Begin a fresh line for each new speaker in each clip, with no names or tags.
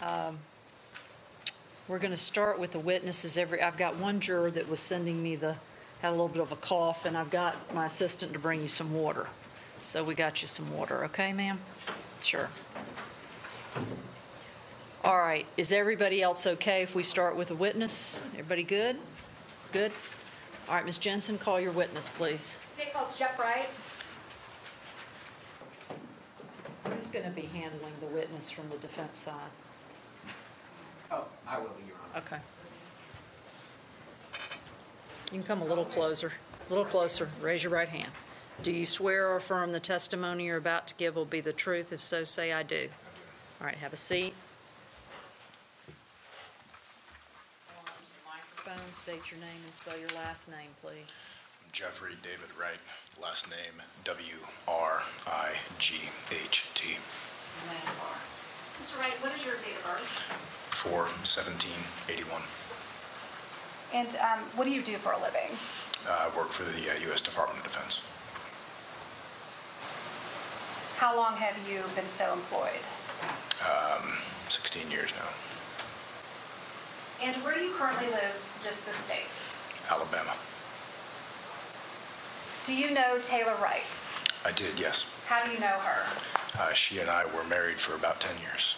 um, we're going to start with the witnesses every, I've got one juror that was sending me the, had a little bit of a cough, and I've got my assistant to bring you some water. So we got you some water, okay, ma'am? Sure. All right, is everybody else okay if we start with a witness? Everybody good? Good? All right, Ms. Jensen, call your witness, please.
State calls Jeff Wright.
Who's going to be handling the witness from the defense side?
Oh, I will, Your Honor.
Okay. You can come a little closer, a little closer. Raise your right hand. Do you swear or affirm the testimony you're about to give will be the truth? If so, say I do. All right, have a seat. Hold on to the Microphone, state your name and spell your last name, please.
Jeffrey David Wright, last name W R I G H T,
Mr. Wright, what is your date of birth?
41781.
And um, what do you do for a living?
Uh, work for the uh, U.S. Department of Defense.
How long have you been so employed?
16 years now.
And where do you currently live, just the state?
Alabama.
Do you know Taylor Wright?
I did, yes.
How do you know her?
Uh, she and I were married for about 10 years.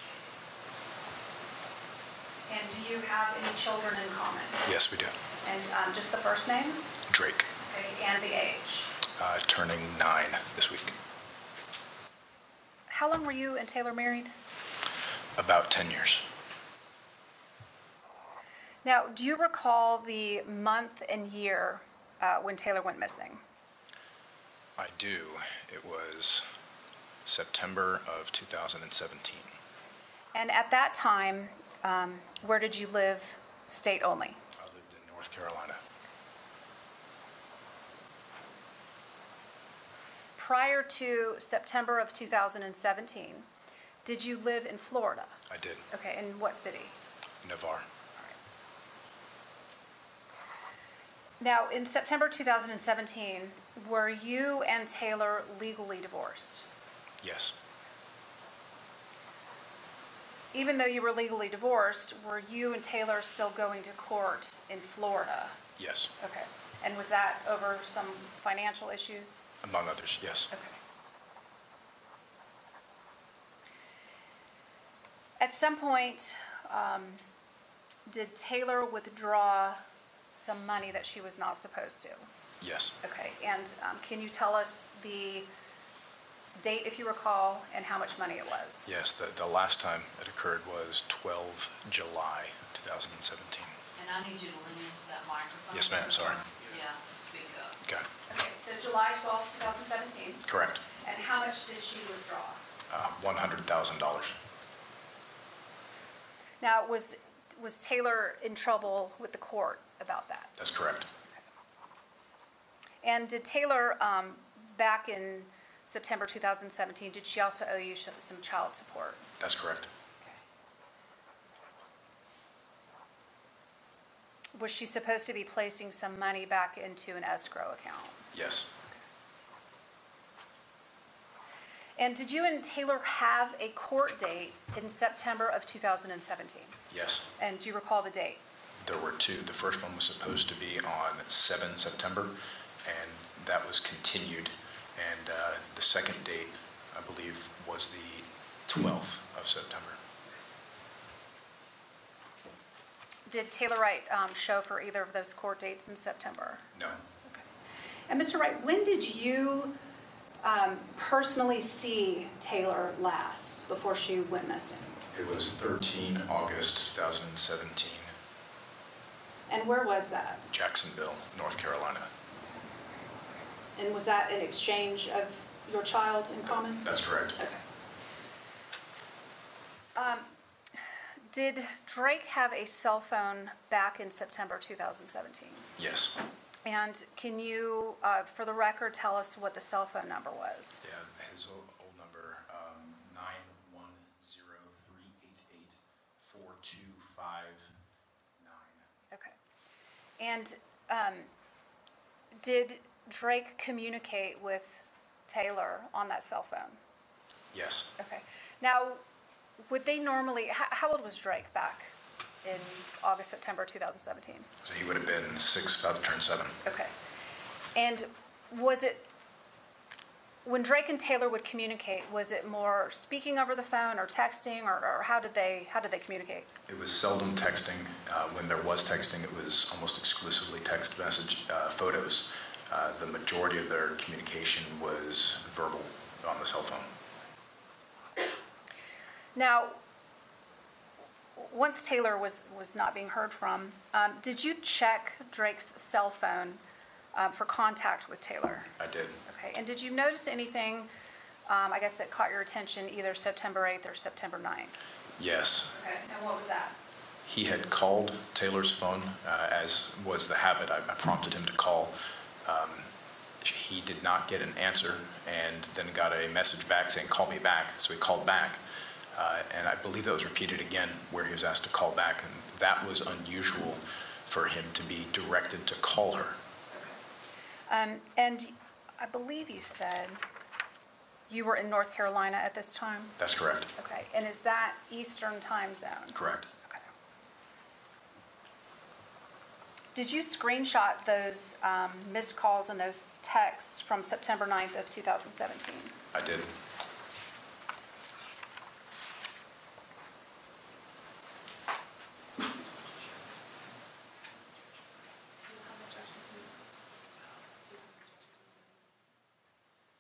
And do you have any children in common?
Yes, we do.
And um, just the first name
Drake,
okay, and the age?
uh, turning nine this week.
How long were you and Taylor married?
About 10 years.
Now, do you recall the month and year uh, when Taylor went missing?
I do. It was September of 2017.
And at that time, um, where did you live state only?
I lived in North Carolina.
Prior to September of 2017, did you live in Florida?
I did.
Okay, in what city?
Navarre.
Now, in September 2017, were you and Taylor legally divorced?
Yes.
Even though you were legally divorced, were you and Taylor still going to court in Florida?
Yes.
Okay. And was that over some financial issues?
Among others, yes.
Okay. At some point, um, did Taylor withdraw some money that she was not supposed to?
Yes.
Okay, and um, can you tell us the date, if you recall, and how much money it was?
Yes, the, the last time it occurred was 12 July 2017.
And I need you to lean into that microphone.
Yes, ma'am, sorry.
Yeah, speak up.
Got
Okay, so July twelfth, two 2017,
it. Correct.
and how much did she withdraw?
Uh, $100,000.
Now, was, was Taylor in trouble with the court about that?
That's correct.
And did Taylor, um, back in September 2017, did she also owe you sh- some child support?
That's correct.
Was she supposed to be placing some money back into an escrow account?
Yes.
And did you and Taylor have a court date in September of 2017?
Yes.
And do you recall the date?
There were two. The first one was supposed to be on 7 September, and that was continued. And uh, the second date, I believe, was the 12th of September.
Did Taylor Wright um, show for either of those court dates in September?
No.
And Mr. Wright, when did you um, personally see Taylor last before she went missing?
It was 13 August 2017,
And where was that?
Jacksonville, North Carolina.
And was that an exchange of your child in common?
That's correct.
Okay. Um, Did Drake have a cell phone back in September 2017?
Yes.
And can you, uh, for the record, tell us what the cell phone number was?
Yeah, his old, old number, um, nine one zero three eight eight four two five nine.
Okay. And um, did Drake communicate with Taylor on that cell phone?
Yes,
Okay. Now, Would they normally, how, how old was Drake back in August, September 2017?
So he would have been six, about to turn seven.
Okay. And was it, when Drake and Taylor would communicate, was it more speaking over the phone or texting or, or how did they, how did they communicate?
It was seldom texting. Uh, when there was texting, it was almost exclusively text message, uh, photos. Uh, the majority of their communication was verbal on the cell phone.
Now, once Taylor was, was not being heard from, um, did you check Drake's cell phone um, for contact with Taylor?
I did.
Okay, and did you notice anything, um, I guess, that caught your attention either September 8th or September 9th?
Yes.
Okay, and what was that?
He had called Taylor's phone, uh, as was the habit. I, I prompted him to call. Um, he did not get an answer and then got a message back saying, Call me back. So he called back. Uh, and I believe that was repeated again where he was asked to call back. And that was unusual for him to be directed to call her.
Um, And I believe you said you were in North Carolina at this time?
That's correct.
Okay, and is that Eastern time zone?
Correct.
Okay. Did you screenshot those um, missed calls and those texts from September 9th of 2017?
I did.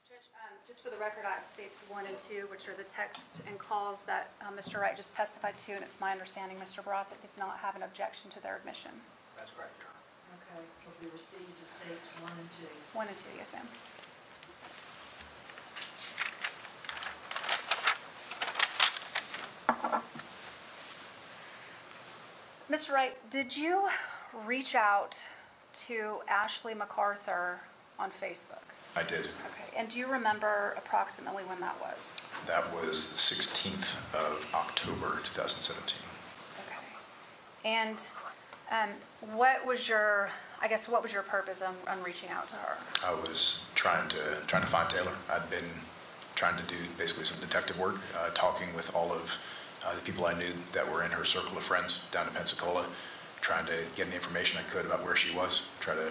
Judge, um, just for the record, I have states one and two, which are the texts and calls that uh, Mr. Wright just testified to, and it's my understanding Mr. Barosa does not have an objection to their admission.
That's correct, Your Honor.
Okay, will be received as states one and two.
One and two, yes, ma'am. Mr. Wright, did you reach out to Ashley MacArthur on Facebook?
I did.
Okay, and do you remember approximately when that was?
That was the 16th of October 2017.
Okay. And um, what was your, I guess, what was your purpose on, on reaching out to her?
I was trying to trying to find Taylor. I'd been trying to do basically some detective work, uh, talking with all of uh, the people I knew that were in her circle of friends down in Pensacola, trying to get any information I could about where she was. Try to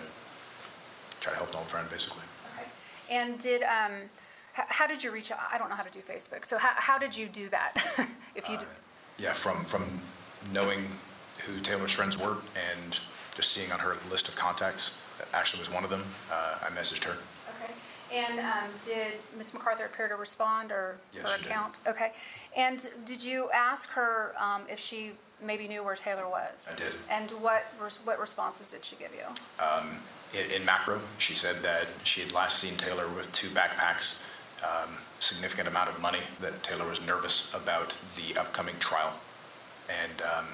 try to help an old friend, basically.
Okay. And did, um, h- how did you reach, out? I don't know how to do Facebook, so how, how did you do that? If you, did-
Yeah, from from knowing who Taylor's friends were and just seeing on her list of contacts that Ashley was one of them, uh, I messaged her.
okay. And um, did Ms. MacArthur appear to respond or
Yes,
her
she did.
account? Okay. And did you ask her um, if she maybe knew where Taylor was?
I did.
And what, res- what responses did she give you?
In, in macro, she said that she had last seen Taylor with two backpacks, um, significant amount of money, that Taylor was nervous about the upcoming trial. And um,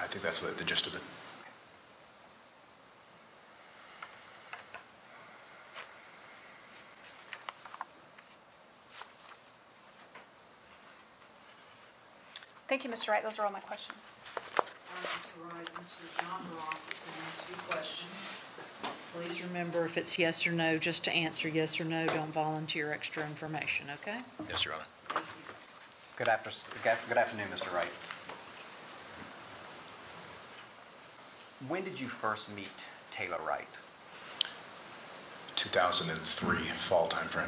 I think that's the, the gist of it.
Thank you, Mr. Wright, those are all my questions.
Um, Mr. Wright, Mr. John Ross, it's an ask you questions.
Please remember, if it's yes or no, just to answer yes or no, don't volunteer extra information, okay?
Yes, Your Honor.
Good after, good af- good afternoon, Mr. Wright. When did you first meet Taylor Wright?
2003 fall timeframe.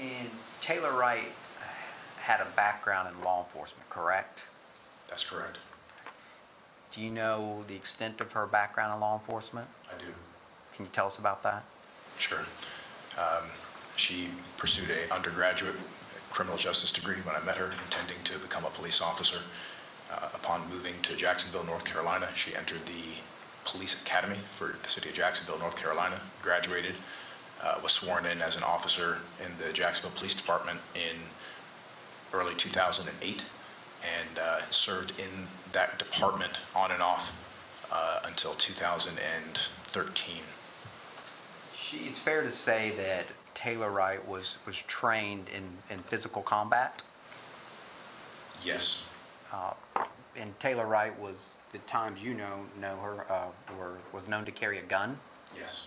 And Taylor Wright uh, had a background in law enforcement, correct?
That's correct.
Do you know the extent of her background in law enforcement?
I do.
Can you tell us about that?
Sure. Um, she pursued a undergraduate criminal justice degree when I met her, intending to become a police officer. Uh, upon moving to Jacksonville, North Carolina, she entered the police academy for the city of Jacksonville, North Carolina, graduated, uh, was sworn in as an officer in the Jacksonville Police Department in early 2008, and uh, served in that department on and off uh, until 2013.
She, it's fair to say that Taylor Wright was, was trained in, in physical combat,
Yes.
uh, and Taylor Wright was, the times you know, know her, uh, were, was known to carry a gun,
Yes.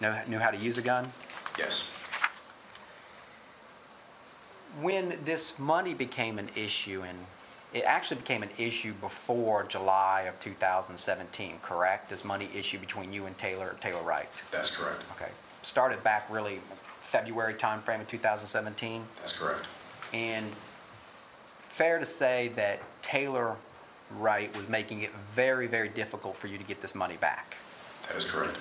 know, knew how to use a gun.
Yes.
when this money became an issue, and it actually became an issue before July of 2017, correct? This money issue between you and Taylor, Taylor Wright?
That's correct.
Okay. Started back really February timeframe of 2017?
That's correct.
And fair to say that Taylor Wright was making it very, very difficult for you to get this money back.
That is correct.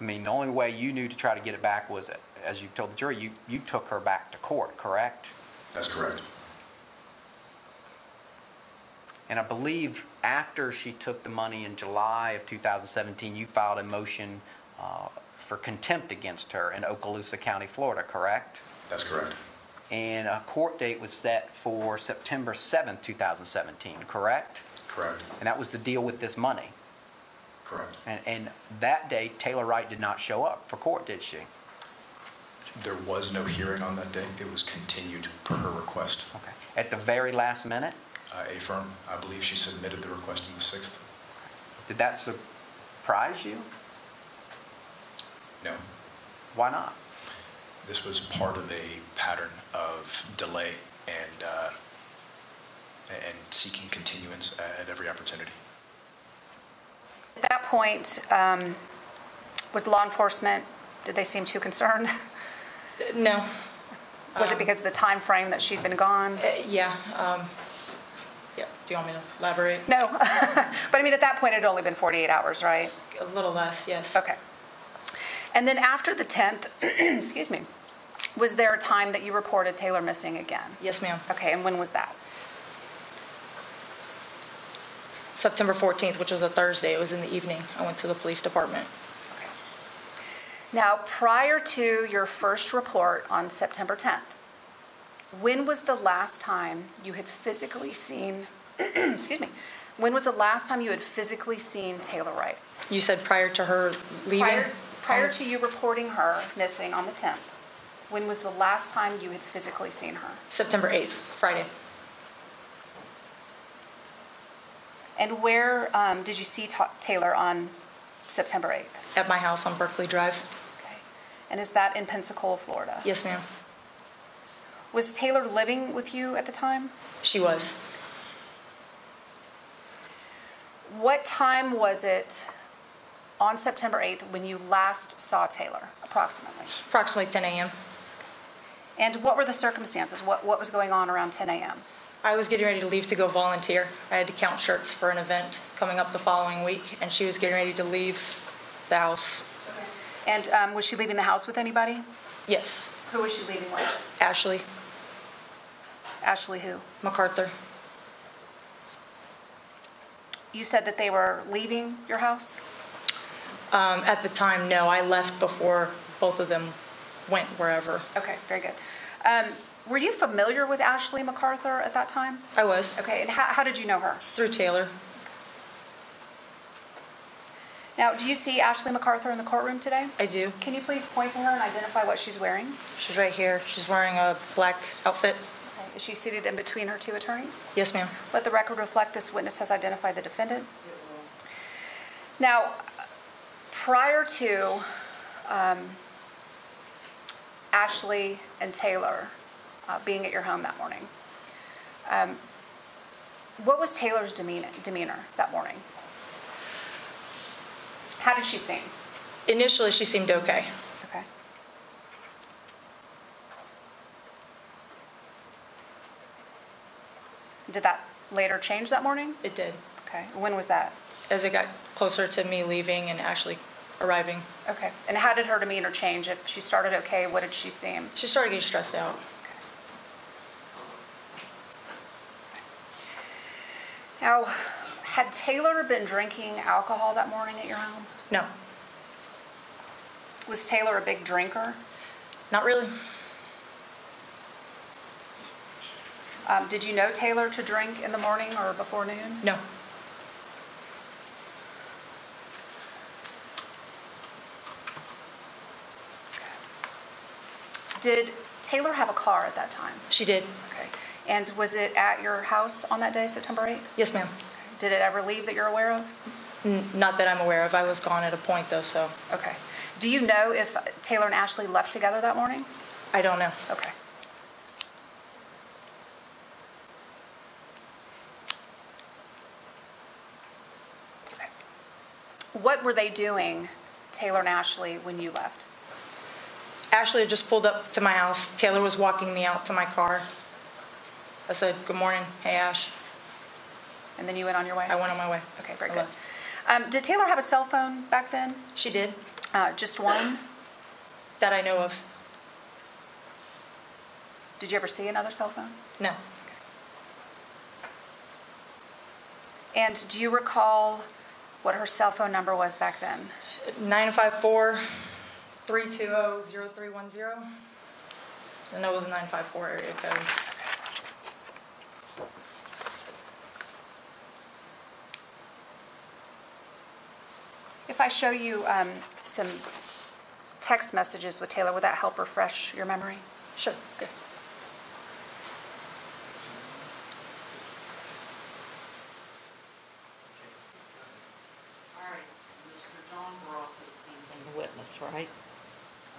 I mean, the only way you knew to try to get it back was, as you told the jury, you, you took her back to court, correct?
That's correct.
And I believe after she took the money in July of 2017, you filed a motion uh, for contempt against her in Okaloosa County, Florida, correct?
That's correct.
And a court date was set for September 7th, 2017, correct?
Correct.
And that was to deal with this money.
Correct.
And, and that day, Taylor Wright did not show up for court, did she?
There was no hearing on that day. It was continued per her request.
Okay. At the very last minute?
Uh, A firm, I believe she submitted the request on the 6th.
Did that surprise you?
No,
Why not?
this was part of a pattern of delay and, uh, and seeking continuance at every opportunity.
At that point, um, was law enforcement, did they seem too concerned?
No,
Was it because of the time frame that she'd been gone?
Uh, yeah, um, yeah, do you want me to elaborate?
No, but I mean, at that point, it'd only been 48 hours, right?
A little less, yes.
Okay. And then after the 10th, excuse me, was there a time that you reported Taylor missing again?
Yes, ma'am.
Okay, and when was that?
September 14th, which was a Thursday, it was in the evening. I went to the police department.
Now, prior to your first report on September 10th, when was the last time you had physically seen, excuse me, when was the last time you had physically seen Taylor Wright?
You said prior to her leaving?
Prior, prior to you reporting her missing on the 10th, when was the last time you had physically seen her?
September 8th, Friday.
And where um, did you see Ta- Taylor on September 8th?
At my house on Berkeley Drive.
Okay. And is that in Pensacola, Florida?
Yes, ma'am.
Was Taylor living with you at the time?
She was.
What time was it on September 8th when you last saw Taylor, approximately?
Approximately 10 a.m.
And what were the circumstances? What, what was going on around 10 a.m.?
I was getting ready to leave to go volunteer. I had to count shirts for an event coming up the following week, and she was getting ready to leave the house.
And um, was she leaving the house with anybody?
Yes,
Who was she leaving with?
Ashley
Ashley, who?
MacArthur.
You said that they were leaving your house?
Um, at the time, no, I left before both of them went wherever.
Okay, very good. Um, were you familiar with Ashley MacArthur at that time?
I was
Okay, and how, how did you know her?
through Taylor.
Now, do you see Ashley MacArthur in the courtroom today?
I do.
Can you please point to her and identify what she's wearing?
She's right here. She's wearing a black outfit.
Okay, Is she seated in between her two attorneys?
Yes, ma'am.
Let the record reflect this witness has identified the defendant. Now, prior to um, Ashley and Taylor uh, being at your home that morning, um, what was Taylor's demeanor, demeanor that morning? How did she seem?
Initially, she seemed okay.
Okay. Did that later change that morning?
It did.
Okay. When was that?
As it got closer to me leaving and Ashley arriving,
Okay. And how did her demeanor change? If she started okay, what did she seem?
she started getting stressed out.
Now, had Taylor been drinking alcohol that morning at your home?
No,
Was Taylor a big drinker?
not really.
Um, did you know Taylor to drink in the morning or before noon?
No.
Did Taylor have a car at that time?
She did.
Okay. And was it at your house on that day, September 8th?
Yes, ma'am.
Did it ever leave that you're aware of?
N- not that I'm aware of. I was gone at a point though, so
Okay. Do you know if Taylor and Ashley left together that morning?
I don't know.
Okay. What were they doing, Taylor and Ashley, when you left?
Ashley had just pulled up to my house. Taylor was walking me out to my car. I said, "Good morning. Hey, Ash."
And then you went on your way?
I went on my way.
Okay, very
I
good.
left.
Um, Did Taylor have a cell phone back then?
She did,
Uh, Just one?
that I know of.
Did you ever see another cell phone?
No.
And do you recall what her cell phone number was back then?
oh, 954-320-0310. And that was a 954 area code.
If I show you um, some text messages with Taylor, would that help refresh your memory?
Sure, good.
All right, Mr. John Barrasso is handling
the witness, right?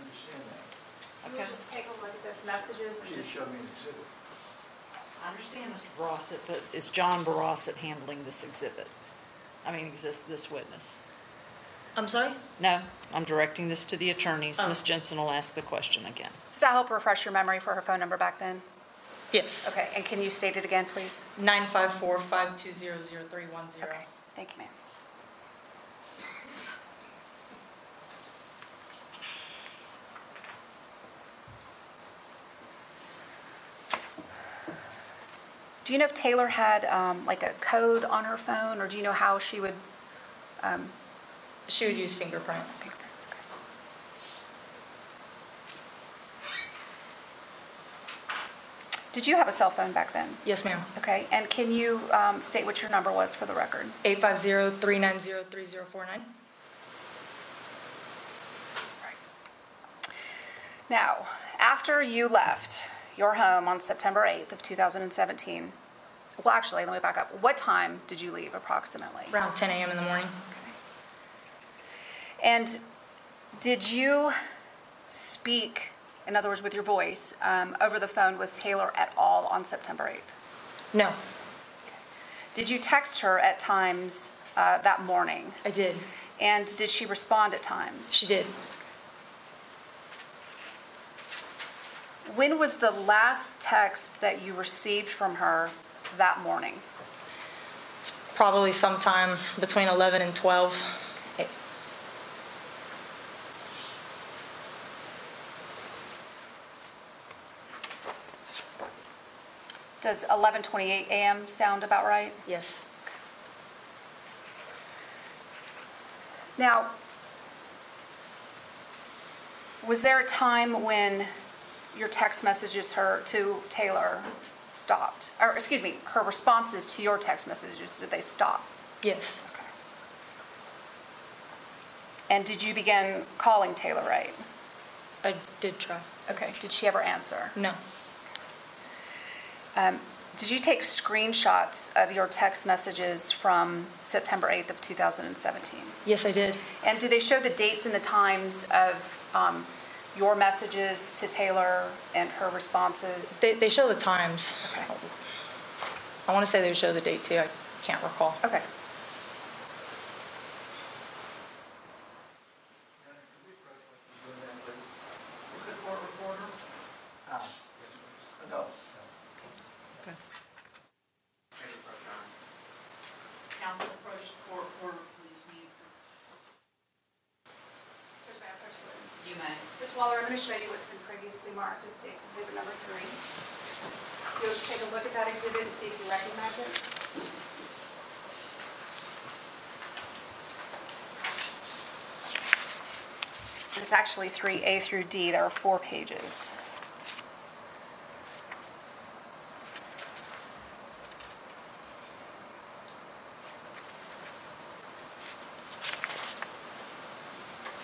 understand that.
You would just take a look at those messages and
She
just,
showed me the exhibit.
I understand, Mr. Barossett, but it's John Barossett handling this exhibit? I mean, exist, this witness?
I'm sorry?
No, I'm directing this to the attorneys.
Oh.
Ms. Jensen will ask the question again.
does that help refresh your memory for her phone number back then?
Yes.
Okay, and can you state it again, please?
954-520-0310.
Okay, thank you, ma'am. Do you know if Taylor had um, like a code on her phone, or do you know how she would?
She would use fingerprint.
Did you have a cell phone back then?
Yes, ma'am.
Okay, and can you um, state what your number was for the record?
850-390-3049.
Now, after you left your home on September 8th of 2017, well, actually, let me back up. What time did you leave approximately?
Around 10 a.m. in the morning.
And did you speak, in other words, with your voice, um, over the phone with Taylor at all on September 8th?
No,
Did you text her at times uh, that morning?
I did.
And did she respond at times?
She did.
When was the last text that you received from her that morning?
Probably sometime between 11 and Eh, 12. It-
Does 11:28 a.m. sound about right?
Yes.
Now, was there a time when your text messages her to Taylor stopped? Or excuse me, her responses to your text messages did they stop?
Yes.
Okay. And did you begin calling Taylor right?
I did try.
Okay. Did she ever answer?
No.
Um, did you take screenshots of your text messages from September 8th of 2017?
Yes, I did.
And do they show the dates and the times of um, your messages to Taylor and her responses?
They, they show the times.
Okay.
I want to say they show the date too. I can't recall.
Okay.
No.
Council approach the court order, please meet. You may.
Ms. Waller, I'm going to show you what's been previously marked as State's Exhibit Number 3. You'll just take a look at that exhibit and see if you recognize it.
It's actually 3A through D. There are four pages. Do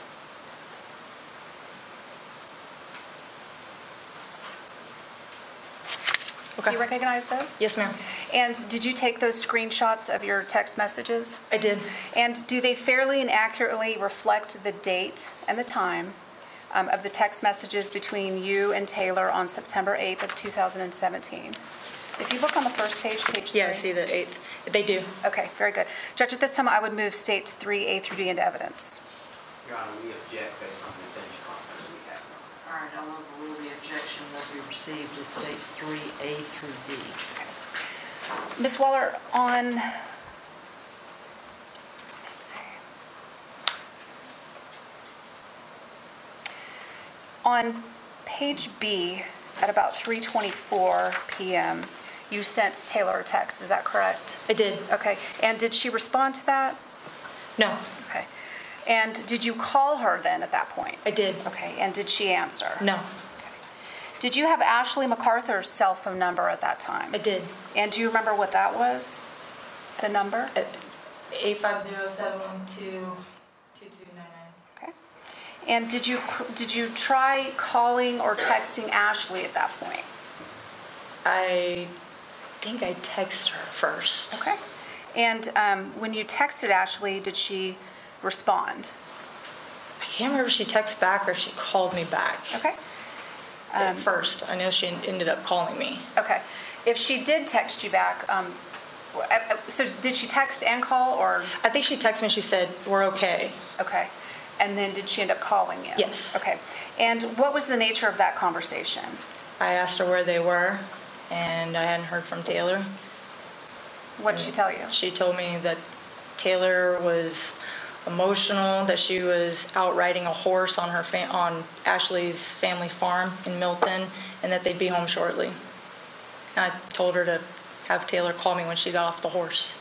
Okay.
you recognize those?
Yes, ma'am.
And did you take those screenshots of your text messages?
I did.
And do they fairly and accurately reflect the date and the time um, of the text messages between you and Taylor on September 8th of 2017. If you look on the first page, page three.
Yeah, I see the 8th. They do.
Okay, very good. Judge, at this time, I would move states 3A through D into evidence.
Your Honor, we object based on the attention conference we have.
All right, I'll overrule the objection that we received as states 3A through D.
Ms. Waller, on, let's see. On page B, at about 3:24 PM, you sent Taylor a text, is that correct?
I did.
Okay, and did she respond to that?
No,
Okay. And did you call her then at that point?
I did.
Okay, and did she answer?
No,
Did you have Ashley MacArthur's cell phone number at that time?
I did.
And do you remember what that was? The number?
850-712-2299.
Okay. And did you, cr- did you try calling or texting Ashley at that point?
I think I texted her first.
Okay. And um, when you texted Ashley, did she respond?
I can't remember if she texted back or if she called me back
Okay.
at first. I know she ended up calling me.
Okay. If she did text you back, um, w- uh, uh, so did she text and call or?
I think she texted me, she said, "We're okay."
Okay. And then did she end up calling you?
Yes.
Okay. And what was the nature of that conversation?
I asked her where they were, and I hadn't heard from Taylor.
What did she tell you?
She told me that Taylor was emotional, that she was out riding a horse on her fa- on Ashley's family farm in Milton, and that they'd be home shortly. And I told her to have Taylor call me when she got off the horse.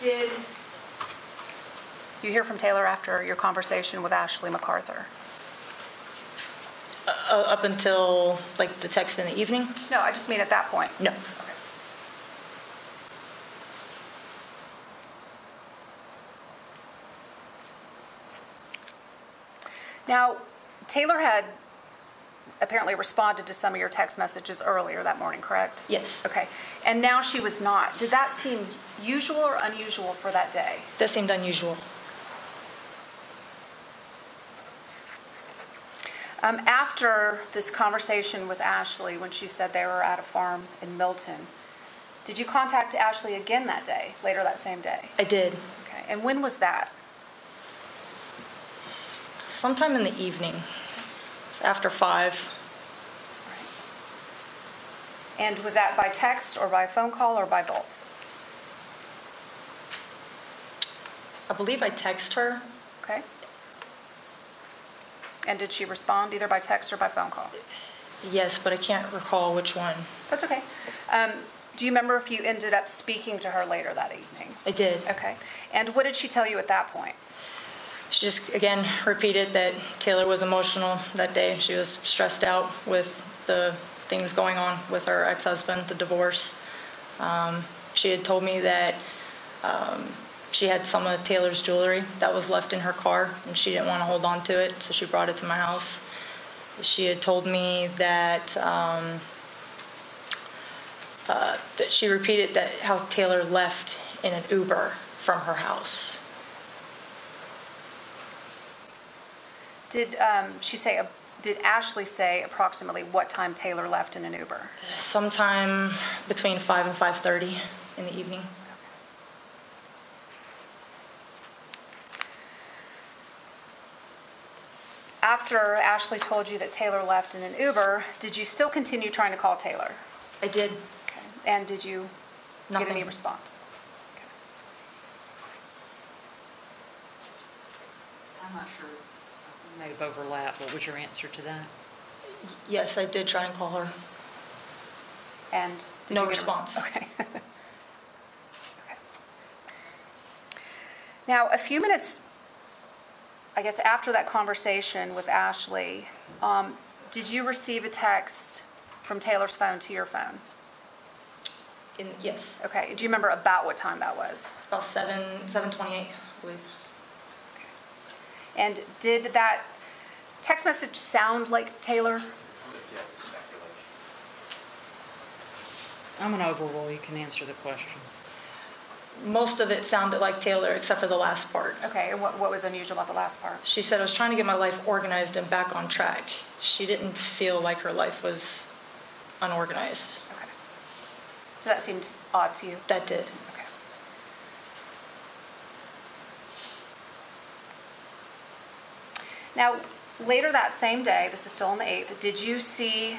Did,
You hear from Taylor after your conversation with Ashley MacArthur?
Uh, up until like the text in the evening?
No, I just mean at that point.
No.
Now, Taylor had apparently responded to some of your text messages earlier that morning, correct?
Yes.
Okay. And now she was not. Did that seem usual or unusual for that day?
That seemed unusual.
Um, after this conversation with Ashley, when she said they were at a farm in Milton, did you contact Ashley again that day, later that same day?
I did.
Okay. And when was that?
Sometime in the evening. It's after five.
And was that by text or by phone call or by both?
I believe I text her.
Okay. And did she respond either by text or by phone call?
Yes, but I can't recall which one.
That's okay. Um, do you remember if you ended up speaking to her later that evening?
I did.
Okay. And what did she tell you at that point?
She just again repeated that Taylor was emotional that day. She was stressed out with the things going on with her ex-husband, the divorce. Um, she had told me that um, she had some of Taylor's jewelry that was left in her car, and she didn't want to hold on to it, so she brought it to my house. She had told me that um, uh, that she repeated that how Taylor left in an Uber from her house.
Did um, she say? did Ashley say approximately what time Taylor left in an Uber?
sometime between 5 and 5:30 in the evening.
After Ashley told you that Taylor left in an Uber, did you still continue trying to call Taylor?
I did
Okay. And did you get any
Nothing.
response?
I'm not sure. We May have overlapped. What was your answer to that?
Yes, I did try and call her.
And did
No
you get a res-
response.
Okay. okay. Now, a few minutes, I guess, after that conversation with Ashley, um, did you receive a text from Taylor's phone to your phone?
In yes,
Okay. Do you remember about what time that was?
it's about 7 7:28, I believe.
And did that text message sound like Taylor?
would object to speculation.
I'm an overrule, you can answer the question.
Most of it sounded like Taylor, except for the last part.
Okay, and what, what was unusual about the last part?
She said, I was trying to get my life organized and back on track. She didn't feel like her life was unorganized.
Okay. So that seemed odd to you?
That did.
Okay. Now, later that same day, this is still on the 8th, did you see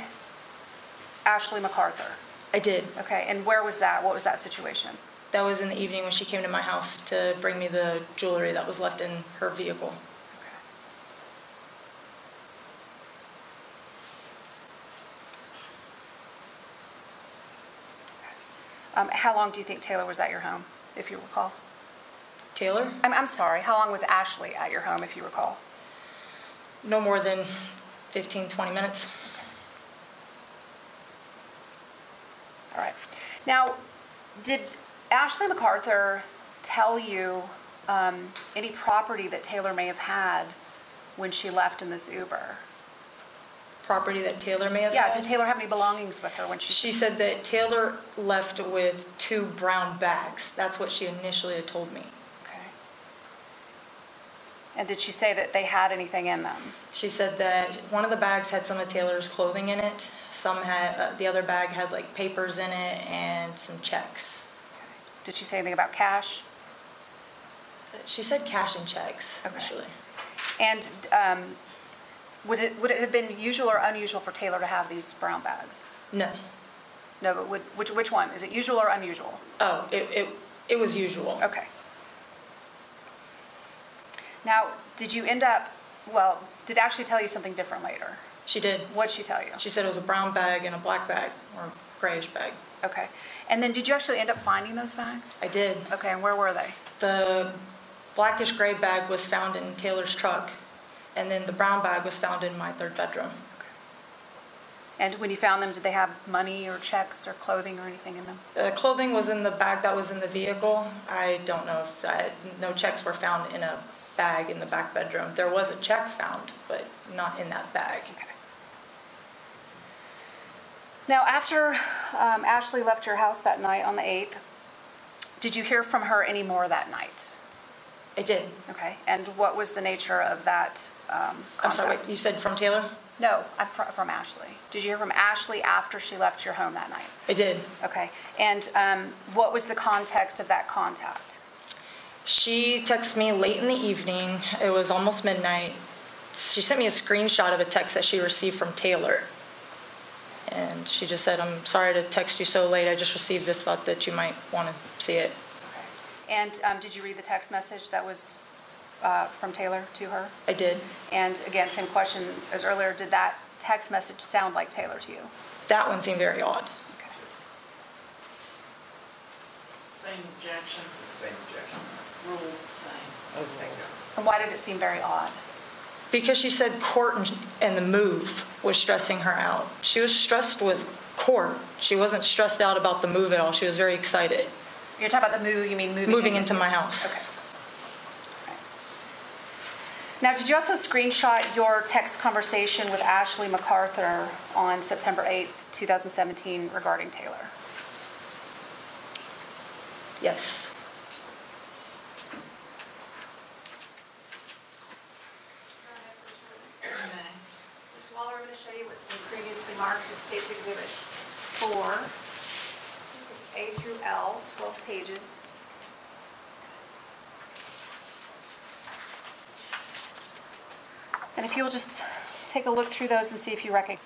Ashley MacArthur?
I did.
Okay, and where was that? What was that situation?
That was in the evening when she came to my house to bring me the jewelry that was left in her vehicle.
Okay. Um, How long do you think Taylor was at your home, if you recall?
Taylor?
I'm, I'm sorry, how long was Ashley at your home, if you recall?
No more than 15, 20 minutes.
All right. Now, did Ashley MacArthur tell you um, any property that Taylor may have had when she left in this Uber?
Property that Taylor may have
Yeah,
had.
did Taylor have any belongings with her when she?
She said that Taylor left with two brown bags. That's what she initially had told me.
Okay. And did she say that they had anything in them?
She said that one of the bags had some of Taylor's clothing in it. Some had uh, the other bag had like papers in it and some checks.
Did she say anything about cash?
She said cash and checks
Okay.
initially.
And um, would it would it have been usual or unusual for Taylor to have these brown bags?
No.
No, but would, which which one is it? Usual or unusual?
Oh, it it, it was usual.
Okay. Now, did you end up? Well, did Ashley tell you something different later?
She did.
What'd she tell you?
She said it was a brown bag and a black bag or grayish bag.
Okay. And then, did you actually end up finding those bags?
I did.
Okay, and where were they?
The blackish gray bag was found in Taylor's truck, and then the brown bag was found in my third bedroom.
And when you found them, did they have money or checks or clothing or anything in them?
The clothing was in the bag that was in the vehicle. I don't know if I, no checks were found in a bag in the back bedroom. There was a check found, but not in that bag.
Okay. Now, after um, Ashley left your house that night on the 8th, did you hear from her any more that night?
I did.
Okay, and what was the nature of that um, contact?
I'm sorry, wait, you said from Taylor?
No, I'm fr- from Ashley. Did you hear from Ashley after she left your home that night?
I did.
Okay, and um, what was the context of that contact?
She texted me late in the evening. It was almost midnight. She sent me a screenshot of a text that she received from Taylor. And she just said, I'm sorry to text you so late. I just received this, thought that you might want to see it.
Okay, And um, did you read the text message that was uh, from Taylor to her?
I did.
And again, same question as earlier, did that text message sound like Taylor to you?
That one seemed very odd.
Okay.
Same objection,
Same objection.
rule same, overrule.
And why did it seem very odd?
Because she said court and- and the move was stressing her out. She was stressed with court. She wasn't stressed out about the move at all. She was very excited
You're talking about the move, you mean moving?
moving
in?
into my house.
Okay. Alright. Now, did you also screenshot your text conversation with Ashley MacArthur on September 8th, 2017 regarding Taylor?
Yes.
Ms. Waller, I'm going to show you what's been previously marked as State's Exhibit 4. I think It's A through L, 12 pages.
And if you'll just take a look through those and see if you recognize.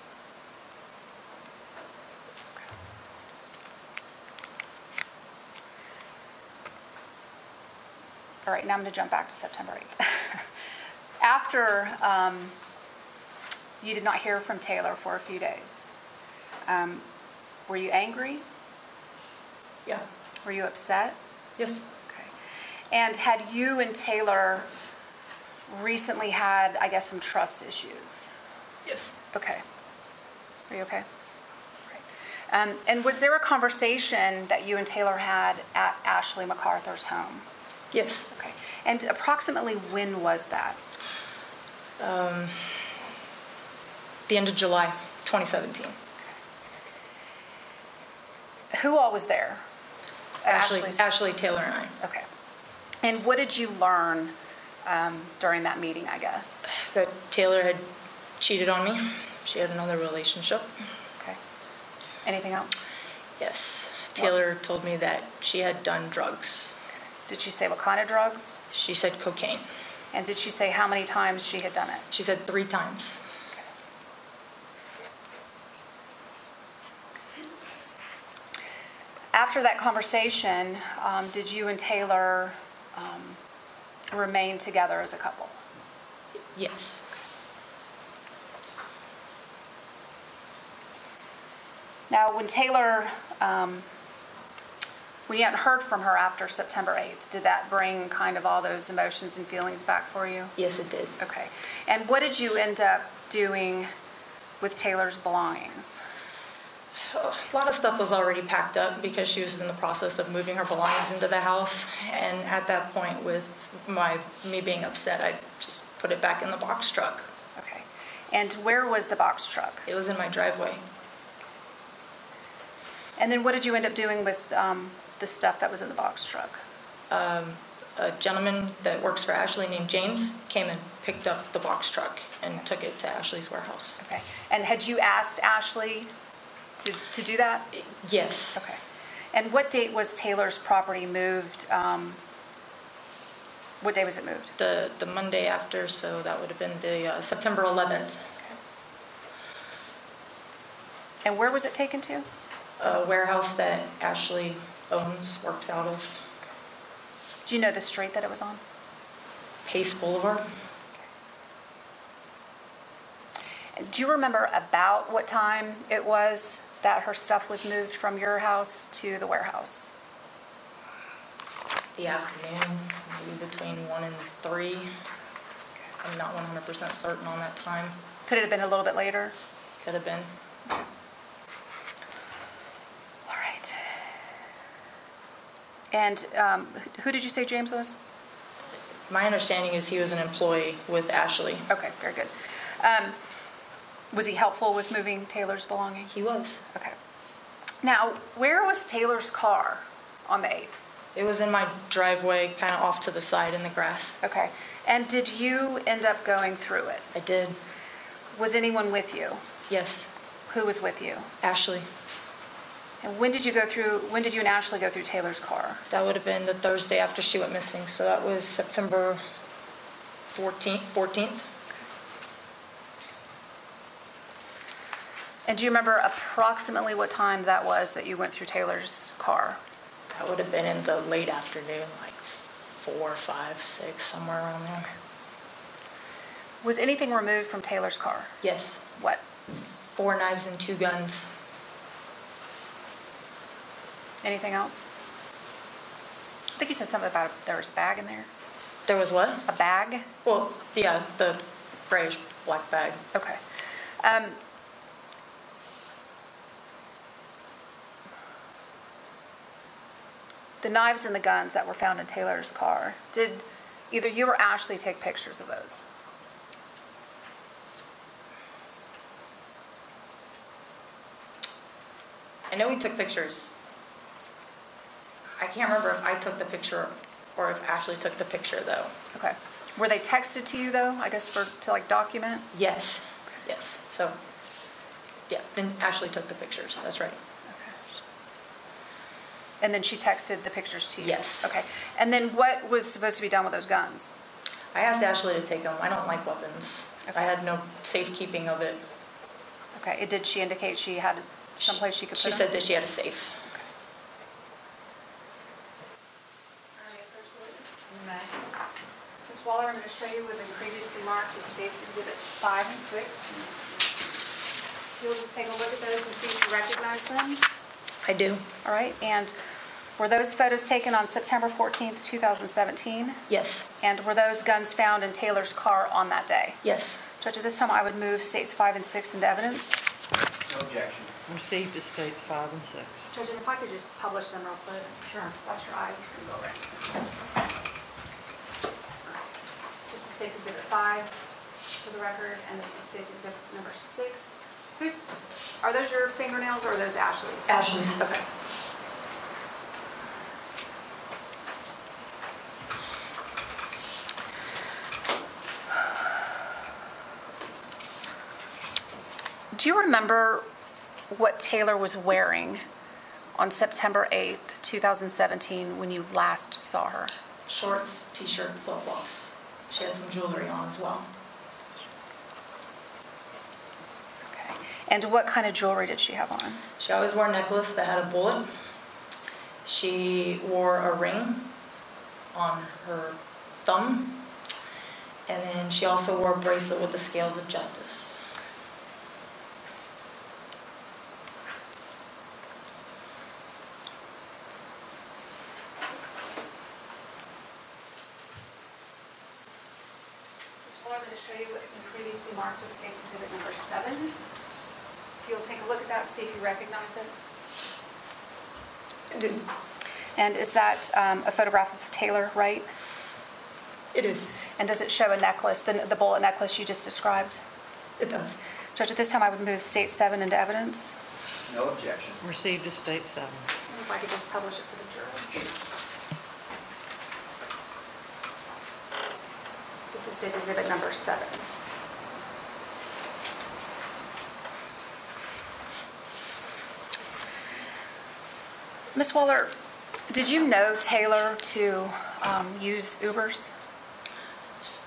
All right, now I'm going to jump back to September 8th. After um, you did not hear from Taylor for a few days, um, were you angry?
Yeah.
Were you upset?
Yes.
Okay. And had you and Taylor recently had, I guess, some trust issues?
Yes.
Okay. Are you okay? Great. Um, and was there a conversation that you and Taylor had at Ashley MacArthur's home?
Yes.
Okay. And approximately when was that?
Um, the end of July 2017.
Who all was there?
Ashley,
Ashley's-
Ashley Taylor and I.
Okay. And what did you learn um, during that meeting, I guess?
That Taylor had cheated on me. She had another relationship.
Okay. Anything else?
Yes. Taylor told me that she had done drugs.
Did she say what kind of drugs?
She said cocaine.
And did she say how many times she had done it?
She said three times.
After that conversation, um, did you and Taylor um, remain together as a couple?
Yes.
Now, when Taylor, um, when you hadn't heard from her after September 8th, did that bring kind of all those emotions and feelings back for you?
Yes, it did.
Okay. And what did you end up doing with Taylor's belongings?
a lot of stuff was already packed up because she was in the process of moving her belongings into the house. And at that point, with my me being upset, I just put it back in the box truck.
Okay. And where was the box truck?
It was in my driveway.
And then what did you end up doing with um, the stuff that was in the box truck?
A gentleman that works for Ashley named James came and picked up the box truck and took it to Ashley's warehouse.
Okay. And had you asked Ashley to, to do that?
Yes.
Okay. And what date was Taylor's property moved? Um, what day was it moved?
The, the Monday after, so that would have been the uh, September 11th.
And where was it taken to?
A warehouse that Ashley owns, works out of
Do you know the street that it was on?
Pace Boulevard.
And Do you remember about what time it was that her stuff was moved from your house to the warehouse?
the afternoon, maybe between one and three. I'm not 100% certain on that time.
Could it have been a little bit later?
Could have been.
All right. And um, who- who did you say James was?
My understanding is he was an employee with Ashley.
Okay, very good. Um, was he helpful with moving Taylor's belongings?
He was.
Okay. Now, where was Taylor's car on the 8th?
It was in my driveway, kind of off to the side in the grass.
Okay. And did you end up going through it?
I did.
Was anyone with you?
Yes,
Who was with you?
Ashley.
And when did you go through, when did you and Ashley go through Taylor's car?
That would have been the Thursday after she went missing. So that was September 14th. 14th.
And do you remember approximately what time that was that you went through Taylor's car?
That would have been in the late afternoon, like four, five, six, somewhere around there.
Was anything removed from Taylor's car?
Yes,
What?
four knives and two guns.
Anything else? I think you said something about there was a bag in there.
There was what?
A bag?
Well, yeah, the grayish black bag.
Okay. Um, the knives and the guns that were found in Taylor's car, did either you or Ashley take pictures of those?
I know we took pictures. I can't remember if I took the picture or if Ashley took the picture though.
Okay. Were they texted to you though, I guess for, to like document?
Yes, yes. So, yeah, then Ashley took the pictures. That's right.
And then she texted the pictures to you?
Yes.
Okay. And then what was supposed to be done with those guns?
I asked Ashley to take them. I don't like weapons. I had no safekeeping of it.
Okay. And Did she indicate she had someplace she could put
She
them?
said that she had a safe.
All right, first witness. Ms. Waller, I'm going to show you what have been previously marked as State's Exhibits 5 and 6. You'll just take a look at those and see if you recognize them.
I do.
All right, and were those photos taken on September 14th, 2017?
Yes,
And were those guns found in Taylor's car on that day?
yes.
Judge, at this time, I would move states five and six into evidence.
No objection.
Received estates five and six.
Judge, and if I could just publish them real quick. Sure. Watch your eyes, it's going to go right. This is State's Exhibit 5. for the record, and this is State's Exhibit number six. Who's, are those your fingernails or are those Ashley's?
Ashley's.
Okay.
Do you remember what Taylor was wearing on September 8th, 2017, when you last saw her?
Shorts, t-shirt, flip-flops. She had some jewelry on as well.
Okay. And what kind of jewelry did she have on?
She always wore a necklace that had a bullet. She wore a ring on her thumb. And then she also wore a bracelet with the scales of justice.
Ms. Fuller, I'm going to show you what's been previously marked as State's Exhibit Number 7. If you'll take a look at that, and see if you recognize it.
And is that um, a photograph of Taylor, right?
It is.
And does it show a necklace, the, the bullet necklace you just described?
It does.
Judge, at this time, I would move State 7 into evidence.
No objection.
Received as State
I
7.
wonder If I could just publish it for the jury. This is State's Exhibit Number 7.
Ms. Waller, did you know Taylor to um, use Ubers?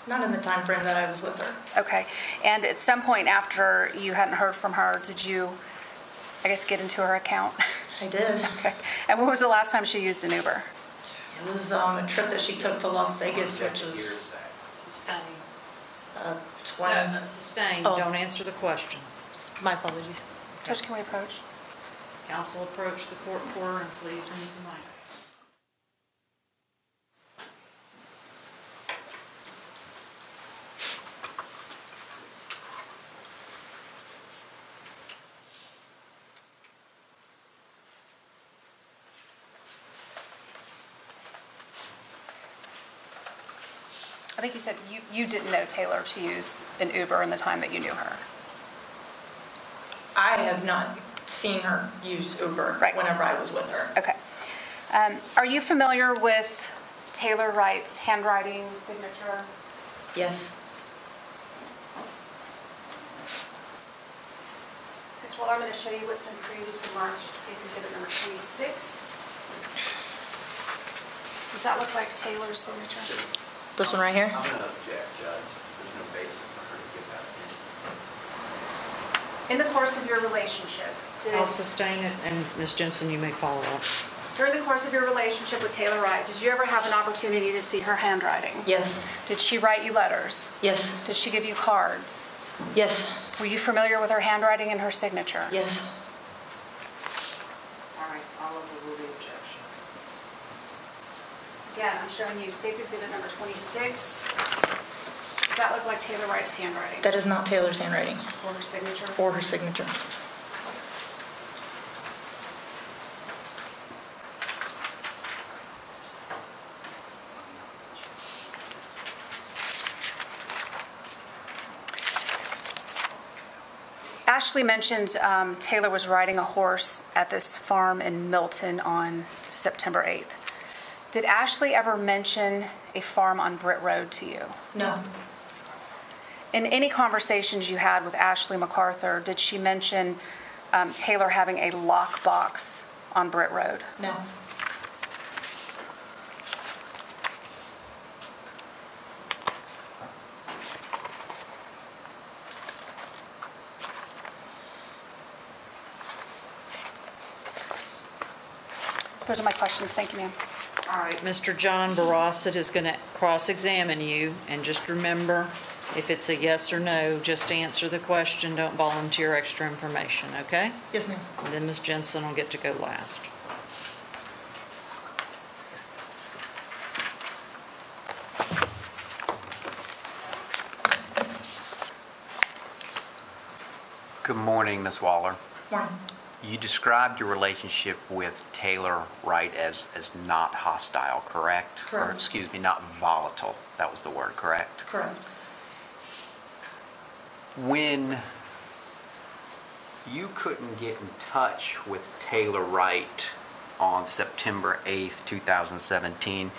Not in the time frame that I was with her.
Okay. And at some point after you hadn't heard from her, did you, I guess, get into her account?
I did.
okay. And when was the last time she used an Uber?
It was um, a trip that she took to Las Vegas, which was
Here's that.
Sustained.
uh, 20.
No, Sustained,
Oh.
don't answer the question.
My apologies.
Judge, can we approach?
Counsel approach the court reporter and please mute your mic.
I think you said you, you didn't know Taylor to use an Uber in the time that you knew her.
I have not seen her use Uber
Right.
whenever I was with her.
Okay. Um, are you familiar with Taylor Wright's handwriting, signature?
Yes.
Mr. Waller, I'm going to show you what's been previously marked as State's Exhibit Number 26. Does that look like Taylor's signature?
This one right here?
I'm going to object, Judge. There's no basis for her to give that opinion.
In the course of your relationship, did,
I'll sustain it, and Ms. Jensen, you may follow up.
during the course of your relationship with Taylor Wright, did you ever have an opportunity to see her handwriting?
Yes.
Did she write you letters?
Yes.
Did she give you cards?
Yes.
Were you familiar with her handwriting and her signature?
Yes.
All right, I'll overrule the objection.
Again, I'm showing you State's Exhibit Number 26. Does that look like Taylor Wright's handwriting
That is not Taylor's handwriting
or her signature?
or her signature.
Ashley mentioned um, Taylor was riding a horse at this farm in Milton on September 8th. Did Ashley ever mention a farm on Britt Road to you?
No.
In any conversations you had with Ashley MacArthur, did she mention um, Taylor having a lockbox on Britt Road?
No.
Those are my questions. Thank you, ma'am.
All right, Mr. John Barossett is going to cross-examine you, and just remember, if it's a yes or no, just answer the question, don't volunteer extra information, okay?
Yes, ma'am.
And then Ms. Jensen will get to go last.
Good morning, Ms. Waller.
Morning.
You described your relationship with Taylor Wright as, as not hostile, correct? Or,
Correct.
excuse me, not volatile, that was the word, correct?
Correct.
when you couldn't get in touch with Taylor Wright on September 8th, 2017,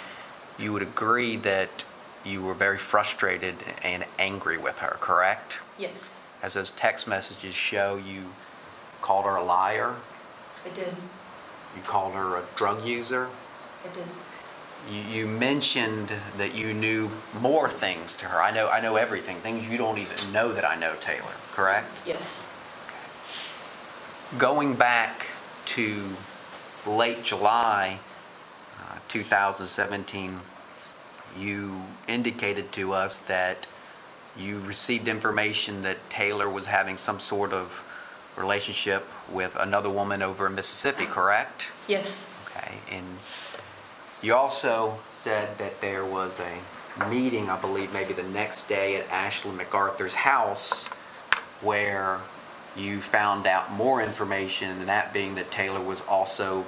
you would agree that you were very frustrated and angry with her, correct?
Yes,
As those text messages show, you called her a liar,
I did.
you called her a drug user.
I did.
You, you mentioned that you knew more things to her. I know, I know everything, things you don't even know that I know, Taylor, correct?
Yes.
going back to late July uh, 2017, you indicated to us that you received information that Taylor was having some sort of relationship with another woman over in Mississippi, correct?
Yes.
Okay, and you also said that there was a meeting, I believe, maybe the next day at Ashley MacArthur's house where you found out more information, and that being that Taylor was also,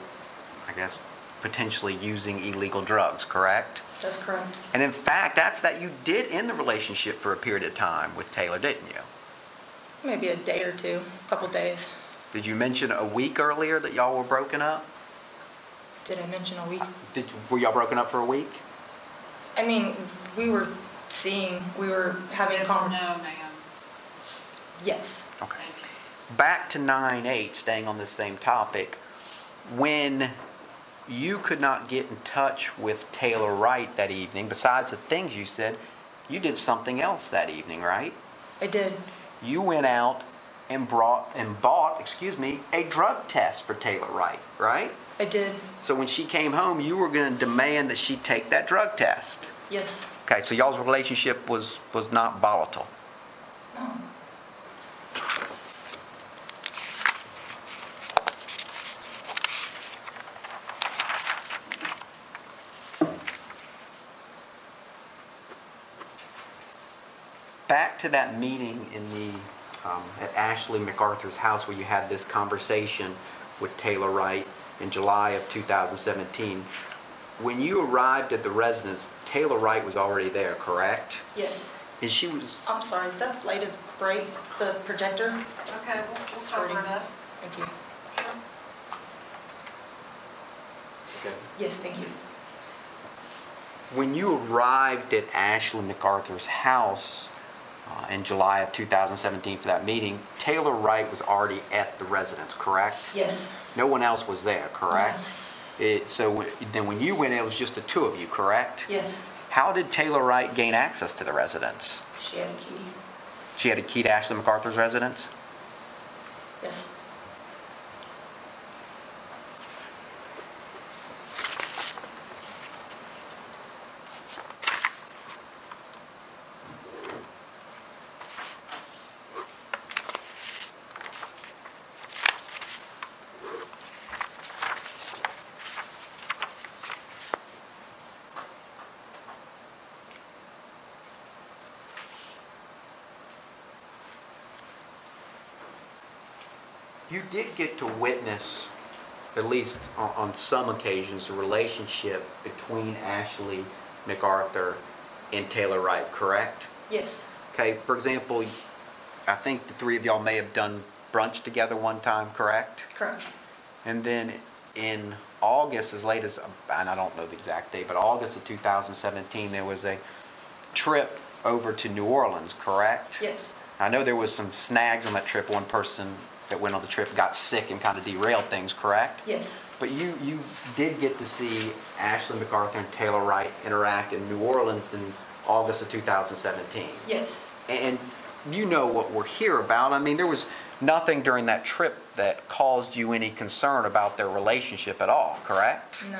I guess, potentially using illegal drugs, correct?
That's correct.
And in fact, after that, you did end the relationship for a period of time with Taylor, didn't you?
Maybe a day or two, a couple days.
Did you mention a week earlier that y'all were broken up?
Did I mention a week?
Did, were y'all broken up for a week?
I mean, we were seeing, we were having
Yes or
con-
no, ma'am?
Yes.
Okay.
Thank you.
back to 9-8 staying on this same topic when you could not get in touch with taylor wright that evening besides the things you said you did something else that evening right
I did.
you went out and brought and bought excuse me a drug test for taylor wright right
I did.
so when she came home you were going to demand that she take that drug test
Yes.
okay so y'all's relationship was was not volatile
No.
back to that meeting in the, um, at Ashley MacArthur's house where you had this conversation with Taylor Wright in July of 2017. When you arrived at the residence, Taylor Wright was already there, correct?
Yes.
And she was,
I'm sorry, that light is bright, the projector.
Okay, we'll, we'll
It's
cover
hurting.
it up.
Thank you.
Okay.
Yes, thank you.
when you arrived at Ashley MacArthur's house uh, in July of 2017 for that meeting, Taylor Wright was already at the residence, correct?
Yes.
No one else was there, correct? It, so when- then when you went, it was just the two of you, correct?
Yes.
How did Taylor Wright gain access to the residence?
She had a key.
She had a key to Ashley MacArthur's residence?
Yes.
You did get to witness, at least on, on some occasions, the relationship between Ashley MacArthur and Taylor Wright, correct?
Yes.
Okay, for example, I think the three of y'all may have done brunch together one time, correct?
Correct.
And then in August, as late as, and I don't know the exact date, but August of 2017, there was a trip over to New Orleans, correct?
Yes.
I know there was some snags on that trip. One person that went on the trip got sick and kind of derailed things, correct?
Yes.
But you, you did get to see Ashley MacArthur and Taylor Wright interact in New Orleans in August of 2017.
Yes.
And you know what we're here about. I mean, there was nothing during that trip that caused you any concern about their relationship at all, correct?
No.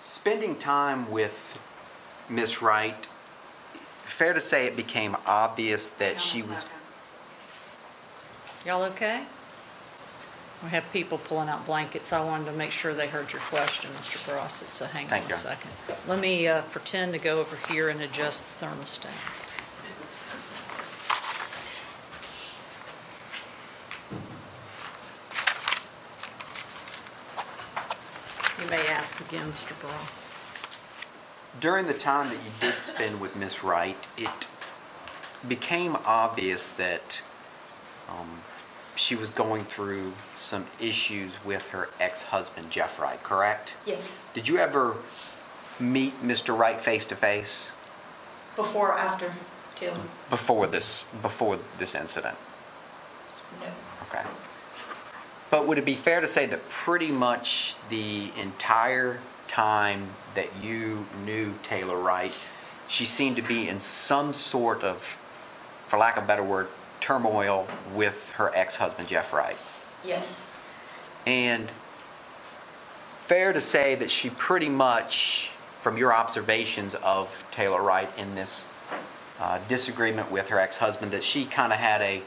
Spending time with Miss Wright, fair to say it became obvious that
Hang on a
she was.
second.
Y'all okay? We have people pulling out blankets. I wanted to make sure they heard your question, Mr. Barosit, so hang on
Thank
a
you.
second. Let me uh, pretend to go over here and adjust the thermostat. You may ask again, Mr. Barosit.
During the time that you did spend with Miss Wright, it became obvious that um, she was going through some issues with her ex-husband, Jeff Wright, correct?
Yes.
Did you ever meet Mr. Wright face to face
Before or after Taylor?
before this before this incident?
No.
Okay. But would it be fair to say that pretty much the entire time that you knew Taylor Wright, she seemed to be in some sort of, for lack of a better word, turmoil with her ex-husband Jeff Wright?
Yes.
And fair to say that she pretty much, from your observations of Taylor Wright in this uh, disagreement with her ex-husband, that she kind of had a